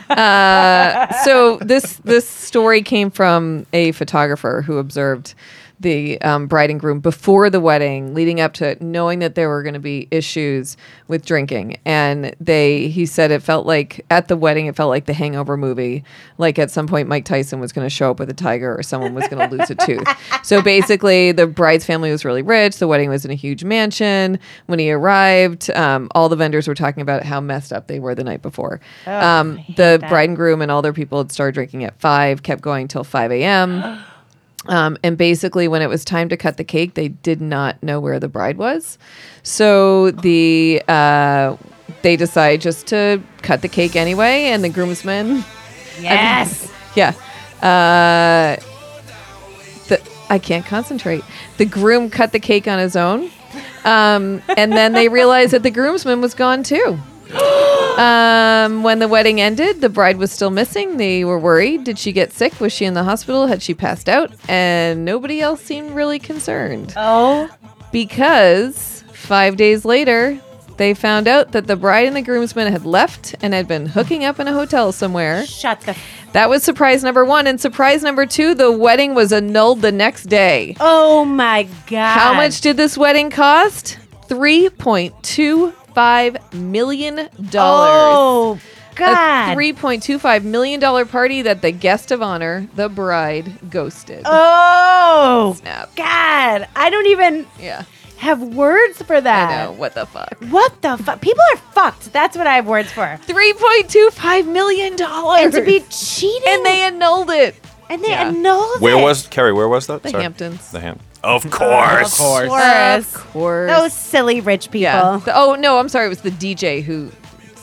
Speaker 6: *laughs* uh, so this this story came from a photographer who observed the um, bride and groom before the wedding, leading up to it, knowing that there were going to be issues with drinking, and they he said it felt like at the wedding it felt like the Hangover movie, like at some point Mike Tyson was going to show up with a tiger or someone was going to lose a tooth. So basically, the bride's family was really rich. The wedding was in a huge mansion. When he arrived, um, all the vendors were talking about how messed up they were the night before. um, the bride and groom and all their people had started drinking at five, kept going till five a.m. Um, and basically, when it was time to cut the cake, they did not know where the bride was. So the uh, they decide just to cut the cake anyway, and the groomsmen
Speaker 4: Yes.
Speaker 6: yeah. Uh, the, I can't concentrate. The groom cut the cake on his own. Um, and then they realized that the groomsman was gone too. Um, when the wedding ended, the bride was still missing. They were worried. Did she get sick? Was she in the hospital? Had she passed out? And nobody else seemed really concerned
Speaker 4: Oh,
Speaker 6: because five days later, they found out that the bride and the groomsman had left and had been hooking up in a hotel somewhere.
Speaker 4: shut the.
Speaker 6: That was surprise number one. And surprise number two, the wedding was annulled the next day.
Speaker 4: Oh my god!
Speaker 6: How much did this wedding cost? $3.25 million.
Speaker 4: Oh god!
Speaker 6: A $3.25 million dollar party that the guest of honor, the bride, ghosted.
Speaker 4: Oh
Speaker 6: Snap.
Speaker 4: God! I don't even
Speaker 6: Yeah.
Speaker 4: have words for
Speaker 6: I
Speaker 4: that.
Speaker 6: know. What the fuck?
Speaker 4: What the fuck? People are fucked. That's what I have words for.
Speaker 6: $3.25 million.
Speaker 4: And to be cheated,
Speaker 6: and they annulled it.
Speaker 4: and they
Speaker 6: yeah.
Speaker 4: annulled
Speaker 8: Where
Speaker 4: it.
Speaker 8: was Carrie? Where was that?
Speaker 6: The Hamptons.
Speaker 8: The Hamptons. Of course.
Speaker 5: Of course.
Speaker 4: Taurus.
Speaker 6: Of course.
Speaker 4: Those silly rich people.
Speaker 6: yeah. The- oh no, I'm sorry. It was the DJ who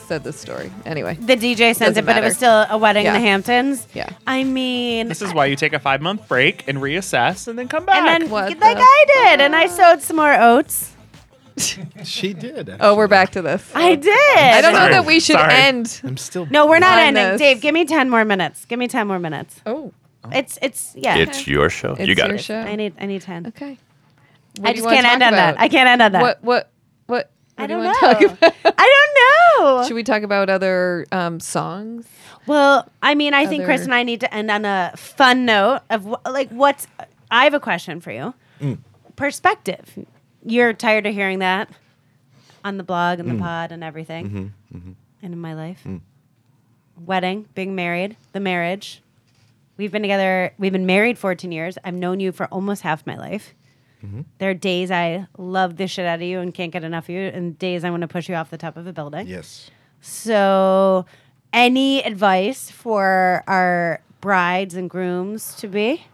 Speaker 6: said this story. Anyway,
Speaker 4: The DJ sends
Speaker 6: Doesn't
Speaker 4: it, but it
Speaker 6: matter.
Speaker 4: was still a wedding
Speaker 6: Yeah.
Speaker 4: in the Hamptons.
Speaker 6: Yeah.
Speaker 4: I mean,
Speaker 5: This is why you take a five month break and reassess and then come back.
Speaker 4: and then
Speaker 6: What
Speaker 4: like
Speaker 6: the
Speaker 4: I did, and I sowed some more oats.
Speaker 7: She did. Actually.
Speaker 6: oh, we're back to this.
Speaker 4: I did.
Speaker 6: I don't know
Speaker 5: Sorry.
Speaker 6: that we should
Speaker 5: Sorry.
Speaker 6: end.
Speaker 7: I'm still.
Speaker 4: No, we're not ending.
Speaker 6: Minus.
Speaker 4: Dave, give me ten more minutes. Give me ten more minutes.
Speaker 6: Oh,
Speaker 4: It's it's yeah.
Speaker 8: It's your show. you
Speaker 6: It's
Speaker 8: got
Speaker 6: your
Speaker 8: it.
Speaker 6: show.
Speaker 4: I need I need ten.
Speaker 6: okay. What
Speaker 4: I
Speaker 6: do you
Speaker 4: just
Speaker 6: wanna
Speaker 4: can't end
Speaker 6: talk
Speaker 4: on that.
Speaker 6: about?
Speaker 4: I can't end on that.
Speaker 6: What? What? What?
Speaker 4: I
Speaker 6: what do
Speaker 4: don't
Speaker 6: you
Speaker 4: know.
Speaker 6: wanna talk about?
Speaker 4: I
Speaker 6: *laughs*
Speaker 4: don't know.
Speaker 6: Should we talk about other
Speaker 4: *laughs*
Speaker 6: um, songs?
Speaker 4: well, I mean, I think Chris
Speaker 6: Other-
Speaker 4: and I need to end on a fun note of wh- like what's. I have a question for you. Perspective. You're tired of hearing that. on the blog and the pod and everything, and in my life, wedding, being married, the marriage. We've been together. We've been married 14 years. I've known you for almost half my life. There are days I love the shit out of you and can't get enough of you, and days I want to push you off the top of a building.
Speaker 7: Yes.
Speaker 4: So, any advice for our brides and grooms to be?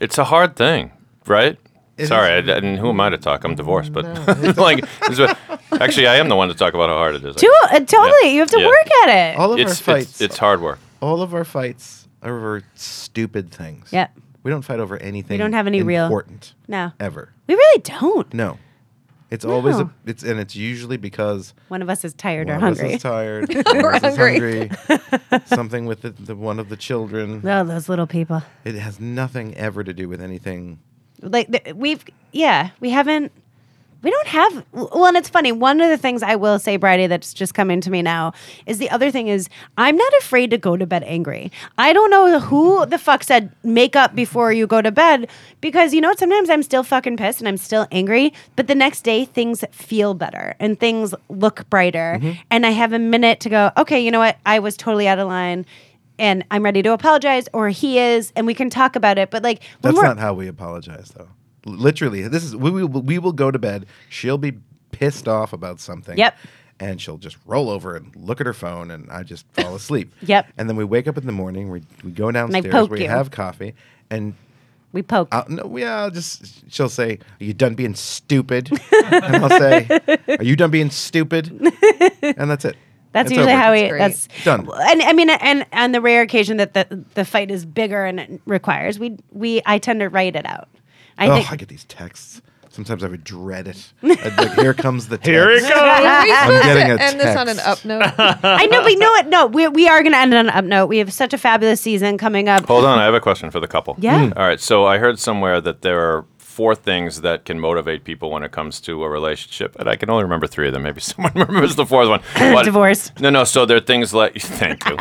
Speaker 8: It's a hard thing, right?
Speaker 7: It
Speaker 8: Sorry, I,
Speaker 7: is.
Speaker 8: and who am I to talk? I'm divorced, but *laughs* like, it's what- actually, I am the one to talk about how hard it is.
Speaker 4: To, uh, totally, you have to
Speaker 8: Yeah.
Speaker 4: work at it.
Speaker 7: All of
Speaker 8: it's,
Speaker 7: our fights.
Speaker 8: it's it's hard work.
Speaker 7: all of our fights are over stupid things.
Speaker 4: Yep.
Speaker 7: We don't fight over anything.
Speaker 4: don't have any real-
Speaker 7: important
Speaker 4: no,
Speaker 7: ever.
Speaker 4: we really don't.
Speaker 7: No. It's always
Speaker 4: No.
Speaker 7: a, it's and it's usually because
Speaker 4: One of us is tired or
Speaker 7: one of us
Speaker 4: hungry.
Speaker 7: is tired,
Speaker 4: *laughs*
Speaker 7: one of us is
Speaker 6: hungry.
Speaker 7: hungry, something with the, the one of the children.
Speaker 4: Oh, those little people.
Speaker 7: It has nothing ever to do with anything.
Speaker 4: like th- we've yeah we haven't we don't have well and it's funny one of the things i will say bridie that's just coming to me now is the other thing is i'm not afraid to go to bed angry i don't know who the fuck said make up before you go to bed because you know what sometimes i'm still fucking pissed and i'm still angry but the next day things feel better and things look brighter
Speaker 7: Mm-hmm.
Speaker 4: and i have a minute to go okay you know what i was totally out of line and i'm ready to apologize or he is and we can talk about it but like when
Speaker 7: That's
Speaker 4: we're
Speaker 7: not how we apologize though. L- Literally, this is we will we will go to bed. She'll be pissed off about something.
Speaker 4: Yep.
Speaker 7: And she'll just roll over and look at her phone, and I just fall asleep.
Speaker 4: *laughs* Yep.
Speaker 7: And then we wake up in the morning. We, we go downstairs.
Speaker 4: poke
Speaker 7: We
Speaker 4: you.
Speaker 7: have coffee, and
Speaker 4: we poke
Speaker 7: I'll, no, yeah, I'll just she'll say, "Are you done
Speaker 4: *laughs*
Speaker 7: being stupid?" and I'll say, "Are you done being stupid?" and that's it.
Speaker 4: That's
Speaker 7: It's
Speaker 4: usually
Speaker 7: over.
Speaker 4: how we.
Speaker 6: great.
Speaker 4: That's
Speaker 7: Done.
Speaker 4: And I mean, and on the rare occasion that the the fight is bigger and it requires, we we I tend to write it out. I
Speaker 7: oh,
Speaker 4: think
Speaker 7: I get these texts. Sometimes I would
Speaker 4: *laughs*
Speaker 7: dread it. I'd be like, here comes the text.
Speaker 5: Here it goes.
Speaker 6: Are we supposed
Speaker 7: getting
Speaker 6: to
Speaker 7: a
Speaker 6: end this on an up
Speaker 4: *laughs*
Speaker 7: text.
Speaker 6: note?
Speaker 4: I know, but you know what? No, we we are going to end on an up note. We have such a fabulous season coming up.
Speaker 8: Hold on, I have a question for the couple. Hmm.
Speaker 4: Yeah. Mm.
Speaker 8: All right. So I heard somewhere that there are four things that can motivate people when it comes to a relationship, and I can only remember three of them. Maybe *laughs* someone remembers
Speaker 6: *laughs*
Speaker 8: the fourth one. What-
Speaker 4: Divorce.
Speaker 8: No, no. So there are things like *laughs* thank you.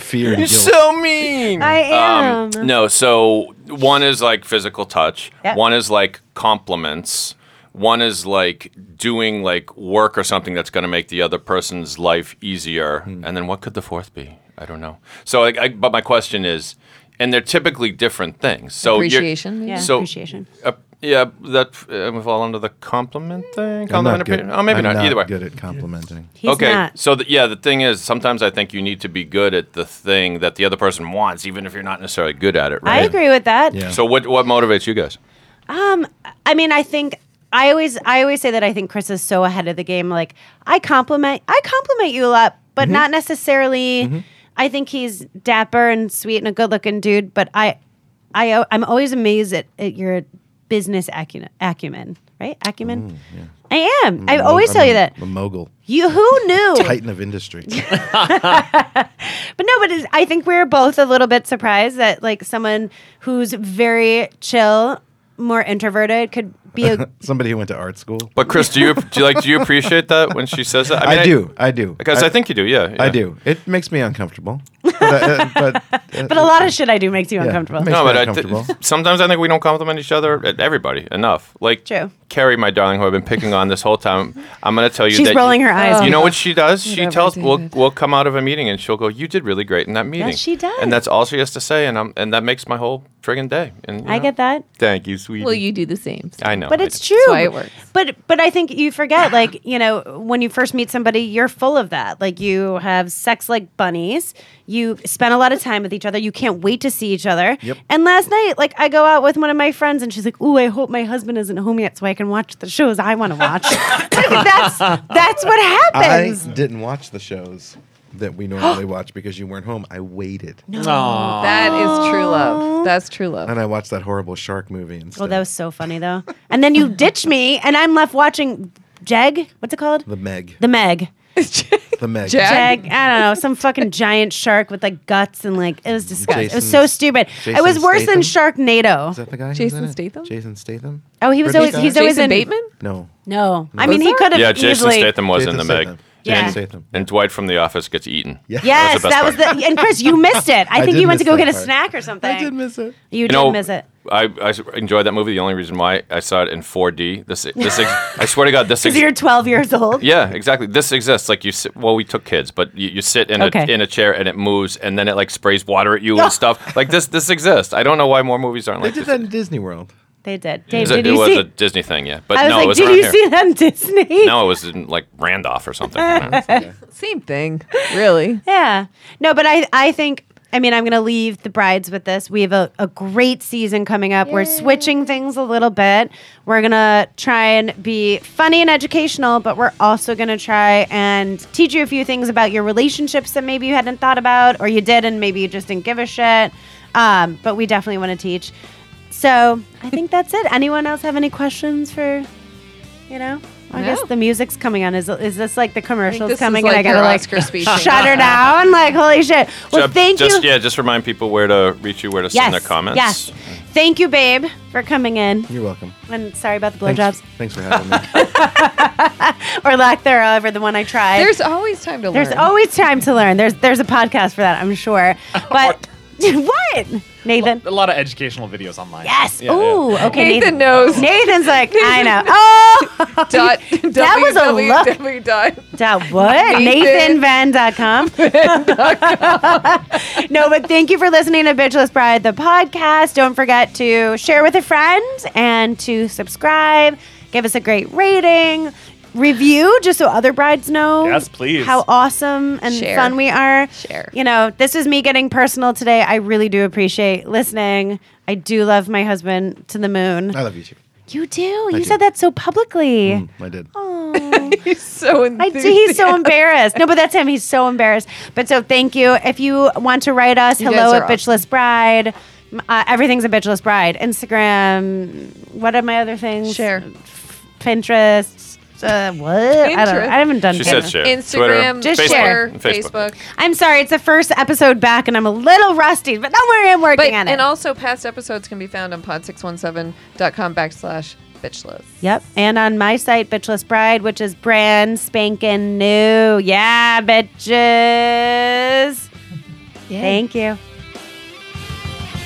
Speaker 4: *laughs*
Speaker 7: Fear and
Speaker 8: You're
Speaker 7: guilt.
Speaker 8: so mean.
Speaker 4: I am.
Speaker 8: Um, no, so one is like physical touch.
Speaker 4: Yeah.
Speaker 8: One is like compliments. One is like doing like work or something that's going to make the other person's life easier. And then what could the fourth be? I don't know. So, like, I, but my question is, and they're typically different things. So you're-
Speaker 6: Appreciation, maybe?
Speaker 4: yeah,
Speaker 8: so-
Speaker 4: appreciation.
Speaker 8: Uh, yeah, that uh, we fall under the compliment thing.
Speaker 7: I'm
Speaker 8: Compliment
Speaker 7: not good.
Speaker 8: appre- Oh, maybe
Speaker 7: I'm
Speaker 8: not. Either way.
Speaker 7: Good at complimenting.
Speaker 4: He's
Speaker 8: okay,
Speaker 4: not.
Speaker 8: so th- yeah, the thing is, sometimes I think you need to be good at the thing that the other person wants, even if you're not necessarily good at it.
Speaker 4: I
Speaker 8: Right?
Speaker 4: agree with that.
Speaker 7: Yeah.
Speaker 8: So what what motivates you guys?
Speaker 4: Um, I mean, I think I always I always say that I think Chris is so ahead of the game. Like I compliment I compliment you a lot, but not necessarily. I think he's dapper and sweet and a good looking dude, but I, I I'm always amazed at, at your business acumen, acumen right? Acumen. I am. Mm, I always
Speaker 7: I'm
Speaker 4: tell you
Speaker 7: a-
Speaker 4: that. Oh.
Speaker 7: A mogul,
Speaker 4: You who *laughs* knew?
Speaker 7: titan of industry.
Speaker 4: But no, but it's, I think we are both a little bit surprised that like someone who's very chill, more introverted, could be *laughs* a
Speaker 7: Somebody who went to art school.
Speaker 8: But Chris,
Speaker 4: *laughs*
Speaker 8: do you do you like do you appreciate that when she says that?
Speaker 7: I, do. I do.
Speaker 8: because I, think you do. Yeah,
Speaker 7: I
Speaker 8: yeah.
Speaker 7: do. It makes me uncomfortable.
Speaker 4: *laughs*
Speaker 7: But, uh, but, uh,
Speaker 4: But a lot of shit I do makes you uncomfortable.
Speaker 7: Makes-
Speaker 8: No,
Speaker 7: me
Speaker 8: but I th-
Speaker 7: uncomfortable.
Speaker 8: sometimes I think we don't compliment each other, uh, everybody, enough. Like
Speaker 4: True.
Speaker 8: Carrie, my darling, who I've been picking on this whole time. I'm going to tell you
Speaker 4: She's
Speaker 8: that
Speaker 4: rolling her eyes. Oh.
Speaker 8: You know what she does? She
Speaker 6: Whatever,
Speaker 8: tells we'll,
Speaker 6: David.
Speaker 8: we'll come out of a meeting and she'll go, "You did really great in that meeting."
Speaker 4: she does.
Speaker 8: and that's all she has to say, and I'm, and that makes my whole friggin' day. And you
Speaker 4: I
Speaker 8: know,
Speaker 4: get that.
Speaker 8: Thank you, sweetie.
Speaker 6: Will you do the same?
Speaker 8: I know,
Speaker 4: But
Speaker 8: I
Speaker 4: it's
Speaker 8: do.
Speaker 4: true.
Speaker 6: why it works.
Speaker 4: But but I think you
Speaker 6: *sighs*
Speaker 4: forget, like, you know, when you first meet somebody, you're full of that. Like you have sex like bunnies. You spend a lot of time with each other. You can't wait to see each other.
Speaker 7: Yep.
Speaker 4: And last night, like I go out with one of my friends and she's like, Ooh, I hope my husband isn't home yet so I can watch the shows I want to
Speaker 7: *laughs*
Speaker 4: watch. *laughs* that's that's what
Speaker 7: I
Speaker 4: happens.
Speaker 7: didn't watch the shows that
Speaker 4: *gasps*
Speaker 7: we normally watch because you weren't home. I waited.
Speaker 6: That is true love. That's true love.
Speaker 7: And I watched that horrible shark movie instead.
Speaker 4: oh, that was so funny though. And then you ditch me and I'm left watching Jeg, what's it called?
Speaker 7: the Meg.
Speaker 4: The Meg.
Speaker 7: The Meg.
Speaker 6: Jack-
Speaker 4: jag. I don't know, some fucking giant shark with like guts and like it was disgusting. it was
Speaker 7: Jason-
Speaker 4: so stupid. it
Speaker 7: Jason
Speaker 4: was worse than
Speaker 7: Is
Speaker 4: Sharknado.
Speaker 7: that the guy? who's
Speaker 6: Jason
Speaker 7: in it?
Speaker 6: Statham?
Speaker 7: Jason Statham.
Speaker 4: Oh, he was always
Speaker 7: British guy?
Speaker 4: he's always
Speaker 6: Jason
Speaker 4: in
Speaker 6: Bateman?
Speaker 7: No.
Speaker 4: No, I mean he
Speaker 6: that?
Speaker 4: could have
Speaker 8: Yeah, Jason
Speaker 4: easily.
Speaker 8: Statham was in
Speaker 7: Jason
Speaker 8: the Meg.
Speaker 7: Statham.
Speaker 4: Yeah.
Speaker 7: Say them.
Speaker 8: And Dwight from The Office gets eaten.
Speaker 7: Yeah.
Speaker 4: Yes,
Speaker 8: the best
Speaker 4: that was the. And Chris, you missed it. I,
Speaker 7: I
Speaker 4: think
Speaker 7: did
Speaker 4: you went to
Speaker 7: miss
Speaker 4: go
Speaker 7: that
Speaker 4: get a
Speaker 7: part.
Speaker 4: snack or something.
Speaker 7: I did miss it.
Speaker 4: You, did miss it.
Speaker 8: I, I s- enjoyed that movie. The only reason why I saw it in 4D. This this
Speaker 4: *laughs*
Speaker 8: ex- I swear to God, this
Speaker 4: Because
Speaker 8: ex-
Speaker 4: you're 12 years old.
Speaker 8: yeah, exactly. This exists. Like you, sit, well, we took kids, but you, you sit in
Speaker 4: Okay.
Speaker 8: a in a chair and it moves, and then it like sprays water at
Speaker 4: *laughs*
Speaker 8: you and stuff. Like this this exists. I don't know why more movies aren't
Speaker 7: They
Speaker 8: like
Speaker 7: did
Speaker 8: this.
Speaker 7: that in Disney World.
Speaker 4: They did.
Speaker 8: It
Speaker 4: Dave,
Speaker 8: was, a,
Speaker 4: did
Speaker 8: it
Speaker 4: you
Speaker 8: was
Speaker 4: see?
Speaker 8: a Disney thing, yeah. But
Speaker 4: I was
Speaker 8: no, it
Speaker 4: like,
Speaker 8: was
Speaker 4: did
Speaker 8: around
Speaker 4: you
Speaker 8: here.
Speaker 4: see that on Disney?
Speaker 8: No, it was in like Randolph
Speaker 4: *laughs*
Speaker 8: or something. yeah.
Speaker 6: Same thing, really.
Speaker 4: Yeah. No, but I, I think, I mean, I'm going to leave the brides with this. We have a, a great season coming up. We're switching things a little bit. We're going to try and be funny and educational, but we're also going to try and teach you a few things about your relationships that maybe you hadn't thought about or you did and maybe you just didn't give a shit. Um, but we definitely want to teach. So I think that's it. Anyone else have any questions for, you know? I
Speaker 6: No.
Speaker 4: guess the music's coming on. Is, is this like the commercials
Speaker 6: this is
Speaker 4: coming
Speaker 6: like
Speaker 4: and I gotta
Speaker 6: your
Speaker 4: like
Speaker 6: Oscar speech.
Speaker 4: shut her down. Like, holy shit. Well,
Speaker 8: Ju-
Speaker 4: thank
Speaker 8: just,
Speaker 4: you.
Speaker 8: Yeah, just remind people where to reach you, where to
Speaker 4: yes.
Speaker 8: send their comments.
Speaker 4: Yes. Thank you, babe, for coming in.
Speaker 7: You're welcome.
Speaker 4: And sorry about the
Speaker 7: Thanks,
Speaker 4: blowjobs
Speaker 7: thanks for having me.
Speaker 4: or lack thereof, or the one I tried.
Speaker 6: There's always time to learn.
Speaker 4: There's always time to learn. There's there's a podcast for that, I'm
Speaker 8: *laughs*
Speaker 4: sure. But *laughs* what, Nathan?
Speaker 5: A lot of educational videos online.
Speaker 4: Yes.
Speaker 5: Yeah,
Speaker 4: Ooh. Okay.
Speaker 6: Nathan knows.
Speaker 4: Nathan's
Speaker 6: *laughs*
Speaker 4: like, I know. Oh,
Speaker 6: Dot,
Speaker 4: That was
Speaker 6: *laughs*
Speaker 4: a look.
Speaker 6: www dot
Speaker 4: Dot what?
Speaker 6: Nathan. *laughs*
Speaker 4: NathanVan.com. no, but thank you for listening to Bitchless Bride, the podcast. Don't forget to share with a friend and to subscribe. Give us a great rating, review, just so other brides know.
Speaker 5: Yes, please.
Speaker 4: How awesome and
Speaker 6: Share.
Speaker 4: fun we are.
Speaker 6: Share.
Speaker 4: You know, this is me getting personal today. I really do appreciate listening. I do love my husband to the moon.
Speaker 7: I love you too.
Speaker 4: you do. you
Speaker 7: Uh, do.
Speaker 4: said that so publicly.
Speaker 7: Mm, I did.
Speaker 6: He's *laughs* so *laughs*
Speaker 4: I do. He's so embarrassed. No, but that's him. He's so embarrassed. But so thank you. If you want to write us,
Speaker 6: You
Speaker 4: hello at
Speaker 6: guys are
Speaker 4: Bitchless Bride. M- Uh, everything's a Bitchless Bride. Instagram. What are my other things?
Speaker 6: Share.
Speaker 4: Pinterest. Uh, what? I don't. know.
Speaker 6: Pinterest.
Speaker 4: I haven't done.
Speaker 8: She
Speaker 4: Pinterest.
Speaker 8: said share.
Speaker 6: Instagram,
Speaker 8: Twitter,
Speaker 4: Just
Speaker 8: Facebook,
Speaker 4: share.
Speaker 8: Facebook.
Speaker 6: Facebook.
Speaker 4: I'm sorry. It's the first episode back, and I'm a little rusty. But don't worry, I'm working
Speaker 6: But
Speaker 4: on
Speaker 6: and
Speaker 4: it.
Speaker 6: also past episodes can be found on pod617.com backslash bitchless.
Speaker 4: Yep. And on my site, Bitchless Bride, which is brand spanking new. Yeah, bitches. Thank you.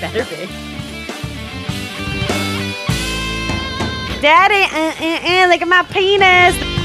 Speaker 4: Better be. Daddy, uh, uh, uh, look at my penis.